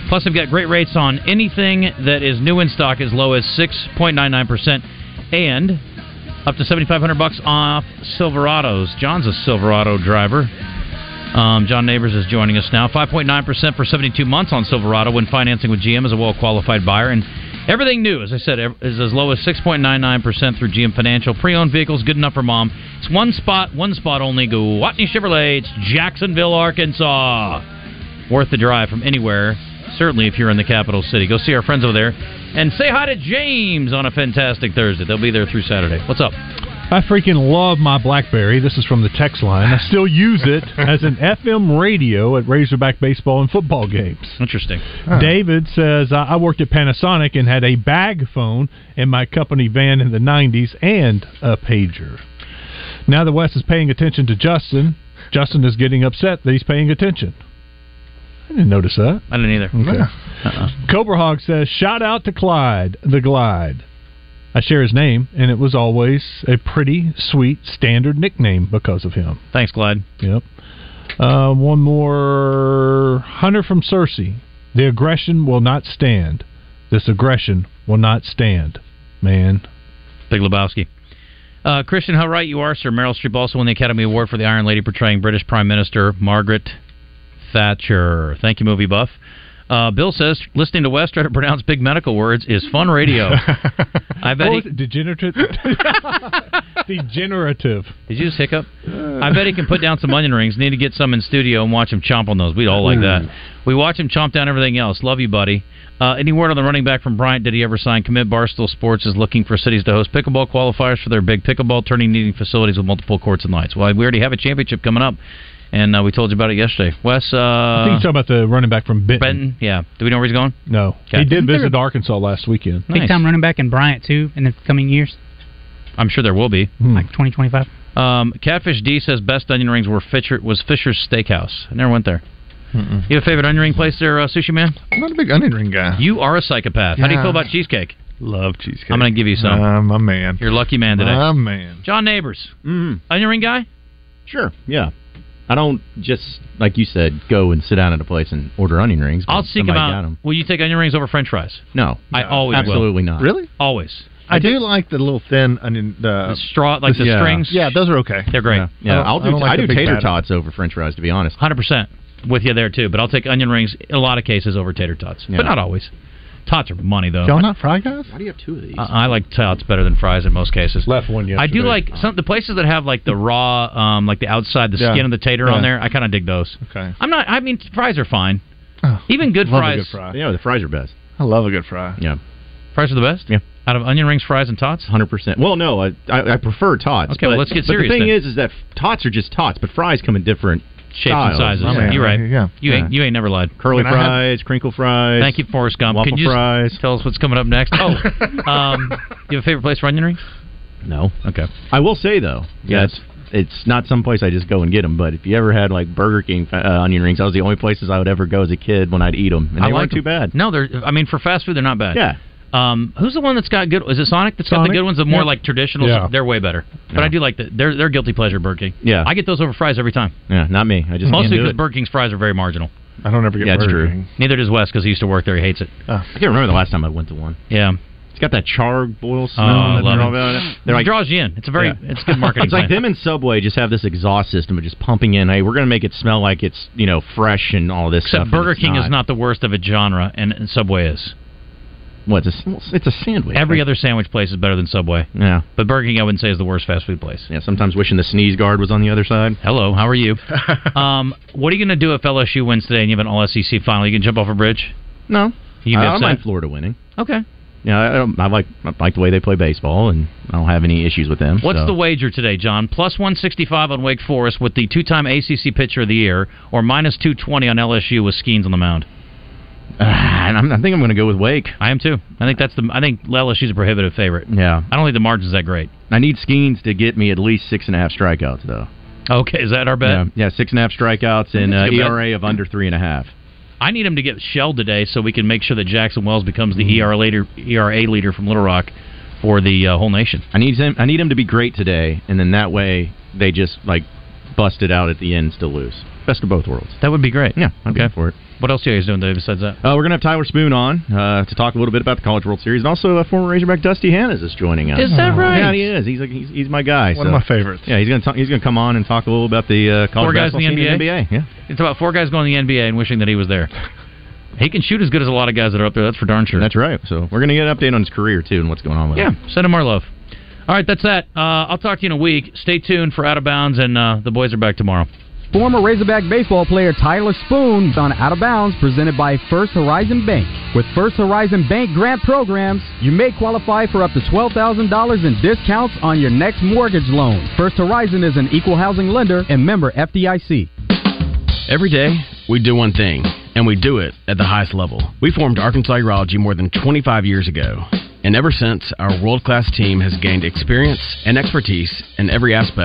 Speaker 4: Plus, they've got great rates on anything that is new in stock as low as 6.99%, and up to 7500 bucks off Silverados. John's a Silverado driver. Um, John Neighbors is joining us now. 5.9% for 72 months on Silverado when financing with GM as a well qualified buyer. And everything new, as I said, ev- is as low as 6.99% through GM Financial. Pre owned vehicles, good enough for mom. It's one spot, one spot only. Go Watney Chevrolet. It's Jacksonville, Arkansas. Worth the drive from anywhere, certainly if you're in the capital city. Go see our friends over there and say hi to James on a fantastic Thursday. They'll be there through Saturday. What's up?
Speaker 7: I freaking love my BlackBerry. This is from the text line. I still use it as an FM radio at Razorback baseball and football games.
Speaker 4: Interesting.
Speaker 7: David says I I worked at Panasonic and had a bag phone in my company van in the '90s and a pager. Now that Wes is paying attention to Justin, Justin is getting upset that he's paying attention. I didn't notice that.
Speaker 4: I didn't either.
Speaker 7: Okay. Cobra Hog says, "Shout out to Clyde, the Glide." I share his name, and it was always a pretty sweet standard nickname because of him.
Speaker 4: Thanks, Clyde.
Speaker 7: Yep. Uh, one more Hunter from Cersei. The aggression will not stand. This aggression will not stand, man.
Speaker 4: Big Lebowski. Uh, Christian, how right you are, sir. Meryl Streep also won the Academy Award for the Iron Lady portraying British Prime Minister Margaret Thatcher. Thank you, movie buff. Uh, Bill says listening to West try to *laughs* pronounce big medical words is fun
Speaker 7: *laughs*
Speaker 4: radio. I bet
Speaker 7: What was
Speaker 4: he
Speaker 7: it?
Speaker 4: *laughs*
Speaker 7: Degenerative. *laughs* Degenerative.
Speaker 4: Did you just hiccup?
Speaker 7: Uh.
Speaker 4: I bet he can put down some onion rings. Need to get some in studio and watch him chomp on those. We'd all
Speaker 7: Mm.
Speaker 4: like that. We watch him chomp down everything else. Love you, buddy. Uh, any word on the running back from Bryant? Did he ever sign? Commit Barstool Sports is looking for cities to host pickleball qualifiers for their big pickleball tourney, needing facilities with multiple courts and lights. Well, we already have a championship coming up, and uh, we told you about it yesterday. Wes, uh,
Speaker 7: I think you're talking about the running back from Benton.
Speaker 4: Benton, yeah. Do we know where he's going?
Speaker 7: No, he
Speaker 4: Okay.
Speaker 7: did
Speaker 4: Isn't there
Speaker 7: visit Arkansas last weekend.
Speaker 5: Big time running back in Bryant too in the coming years,
Speaker 4: I'm sure there will be.
Speaker 7: Hmm.
Speaker 5: like 2025.
Speaker 4: Um, Catfish D says best onion rings were Fisher was Fisher's Steakhouse. I never went there. You have a favorite onion ring place there, uh, sushi man?
Speaker 6: I'm not a big onion ring guy.
Speaker 4: You are a psychopath. How do you
Speaker 6: Yeah.
Speaker 4: feel about cheesecake?
Speaker 6: Love cheesecake.
Speaker 4: I'm going to give you some.
Speaker 6: Uh, my man. Ah,
Speaker 4: You're a lucky man today.
Speaker 6: My man.
Speaker 4: John Neighbors, mm-hmm. onion ring guy.
Speaker 11: Sure. Yeah. I don't just like you said go and sit down at a place and order onion rings.
Speaker 4: I'll
Speaker 11: but
Speaker 4: seek him
Speaker 11: somebody
Speaker 4: out.
Speaker 11: got 'em.
Speaker 4: Will you take onion rings over French fries?
Speaker 11: No,
Speaker 4: I always will.
Speaker 11: absolutely not.
Speaker 4: Really? Always.
Speaker 6: I do like the little thin onion, the,
Speaker 4: straw, like the
Speaker 6: yeah.
Speaker 4: strings?
Speaker 6: Yeah, those are okay.
Speaker 4: They're great.
Speaker 11: Yeah, I'll do. I,
Speaker 4: like the
Speaker 11: do
Speaker 4: big
Speaker 11: tater
Speaker 4: batter.
Speaker 11: tots over French fries. To be honest,
Speaker 4: hundred percent with you there too. But I'll take onion rings in a lot of cases over tater tots,
Speaker 11: Yeah.
Speaker 4: but not always. Tots are money though.
Speaker 6: Y'all not fry guys?
Speaker 11: Why do you have two of these?
Speaker 4: I, I like tots better than fries in most cases. Left one, I do
Speaker 11: yesterday.
Speaker 4: like some the places that have like the raw, um, like the outside, the
Speaker 11: Yeah.
Speaker 4: skin of the tater
Speaker 11: Yeah.
Speaker 4: on there. I kind of dig those.
Speaker 6: Okay.
Speaker 4: I'm not. I mean, fries are fine. Even good
Speaker 11: Oh, love a
Speaker 4: fries.
Speaker 11: good fry. Yeah, the fries are best.
Speaker 6: I love a good fry.
Speaker 11: Yeah.
Speaker 4: Fries are the best. Yeah. Out of onion rings, fries, and tots.
Speaker 11: Hundred percent. Well, no, I, I, I prefer tots.
Speaker 4: Okay,
Speaker 11: but,
Speaker 4: well, let's get serious
Speaker 11: But the thing
Speaker 4: then.
Speaker 11: is, is that tots are just tots, but fries come in different
Speaker 4: Shapes and sizes. You're right. You ain't you ain't never lied.
Speaker 11: Curly fries, crinkle fries.
Speaker 4: Thank you, Forrest Gump.
Speaker 11: Waffle
Speaker 4: Can you
Speaker 11: fries.
Speaker 4: Just tell us what's coming up next? Oh, *laughs* um, you have a favorite place for onion rings?
Speaker 11: No.
Speaker 4: Okay.
Speaker 11: I will say though, yes, it's not some place I just go and get them. But if you ever had like Burger King uh, onion rings, that was the only places I would ever go as a kid when I'd eat them, and they
Speaker 4: I like
Speaker 11: weren't too
Speaker 4: them.
Speaker 11: bad.
Speaker 4: No, they're. I mean, for fast food, they're not bad.
Speaker 11: Yeah.
Speaker 4: Um, who's the one that's got good? Is it Sonic that's got
Speaker 11: Sonic?
Speaker 4: the good ones? The more
Speaker 11: Yeah.
Speaker 4: like traditional.
Speaker 11: Yeah.
Speaker 4: They're way better. But I do like the. They're they're guilty pleasure Burger King.
Speaker 11: Yeah.
Speaker 4: I get those over fries every time.
Speaker 11: Yeah, not me. I just can't
Speaker 4: mostly
Speaker 11: do
Speaker 4: because
Speaker 11: it.
Speaker 4: Burger King's fries are very marginal.
Speaker 6: I don't ever
Speaker 11: get Yeah, it's Burger true. King.
Speaker 4: Neither does Wes because he used to work there. He hates it.
Speaker 11: I can't remember the last time I went to one.
Speaker 4: Yeah.
Speaker 11: It's got that char boil
Speaker 4: Oh,
Speaker 11: smell.
Speaker 4: I
Speaker 11: and
Speaker 4: love
Speaker 11: all
Speaker 4: it.
Speaker 11: that. They're
Speaker 4: It
Speaker 11: like-
Speaker 4: draws you in. It's a very.
Speaker 11: Yeah.
Speaker 4: It's good
Speaker 11: *laughs*
Speaker 4: marketing.
Speaker 11: it's like
Speaker 4: plan.
Speaker 11: them and Subway just have this exhaust system of just pumping in. Hey, we're going to make it smell like it's you know fresh and all this
Speaker 4: Except
Speaker 11: stuff.
Speaker 4: Burger King is not the worst of a genre, and, and Subway is.
Speaker 11: What? It's a, it's a sandwich.
Speaker 4: Every other sandwich place is better than Subway.
Speaker 11: Yeah.
Speaker 4: But Burger King, I wouldn't say, is the worst fast food place.
Speaker 11: Yeah. Sometimes wishing the sneeze guard was on the other side.
Speaker 4: Hello, how are you?
Speaker 11: *laughs*
Speaker 4: um, what are you going to do if LSU wins today and you have an All SEC final? You can jump off a bridge.
Speaker 11: No.
Speaker 4: You
Speaker 11: I, I
Speaker 4: upset?
Speaker 11: don't mind Florida winning.
Speaker 4: Okay.
Speaker 11: Yeah, I, I don't, I like I like the way they play baseball, and I don't have any issues with them.
Speaker 4: What's
Speaker 11: so.
Speaker 4: the wager today, John? Plus 165 on Wake Forest with the two-time ACC Pitcher of the Year, or minus 220 on LSU with Skeens on the mound.
Speaker 11: and I'm, *sighs* I think I'm going to go with Wake.
Speaker 4: I am too. I think that's the. I think LSU's a prohibitive favorite.
Speaker 11: Yeah,
Speaker 4: I don't think the margin's that great.
Speaker 11: I need Skeens to get me at least six and a half strikeouts, though.
Speaker 4: Okay, is that our bet?
Speaker 11: Yeah, yeah, six and a half strikeouts and uh,
Speaker 4: That's a good bet.
Speaker 11: ERA of under three and a half.
Speaker 4: I need him to get shelled today so we can make sure that Jackson Wells becomes the E ERA leader, ERA leader from Little Rock for the uh, whole nation.
Speaker 11: I need him. I need him to be great today, and then that way they just like bust it out at the end, and still lose. Best of both worlls.
Speaker 4: That would be great.
Speaker 11: Yeah, I'd be
Speaker 4: Okay.
Speaker 11: up for it.
Speaker 4: What else are you guys doing today besides that?
Speaker 11: Uh, we're gonna have Tyler Spoon on uh, to talk a little bit about the College World Series, and also uh, former Razorback Dusty Hannes is joining us.
Speaker 4: Is that right?
Speaker 11: Yeah, he is. He's like, he's, he's my guy. so-
Speaker 4: One of my
Speaker 11: favorites. Yeah, he's gonna talk, he's gonna come on and talk a little about the uh, college
Speaker 4: four guys in
Speaker 11: basketball
Speaker 4: the
Speaker 11: scene
Speaker 4: NBA.
Speaker 11: in the NBA. Yeah.
Speaker 4: It's about four guys going to the NBA and wishing that he
Speaker 11: *laughs*
Speaker 4: was there. He can shoot as good as a lot of guys that are up there. That's for darn sure.
Speaker 11: That's right. So we're gonna get an update on his career too and what's going on with
Speaker 4: Yeah.
Speaker 11: him.
Speaker 4: Send him our love. All right, that's that. Uh, I'll talk to you in a week. Stay tuned for Out of Bounds, and uh, the boys are back tomorrow.
Speaker 12: Former Razorback baseball player Tyler Spoon on Out of Bounds presented by First Horizon Bank. With First Horizon Bank grant programs, you may qualify for up to $12,000 in discounts on your next mortgage loan. First Horizon is an equal housing lender and member FDIC.
Speaker 13: Every day, we do one thing, and we do it at the highest level. We formed Arkansas Urology more than 25 years ago, and ever since, our world class team has gained experience and expertise in every aspect.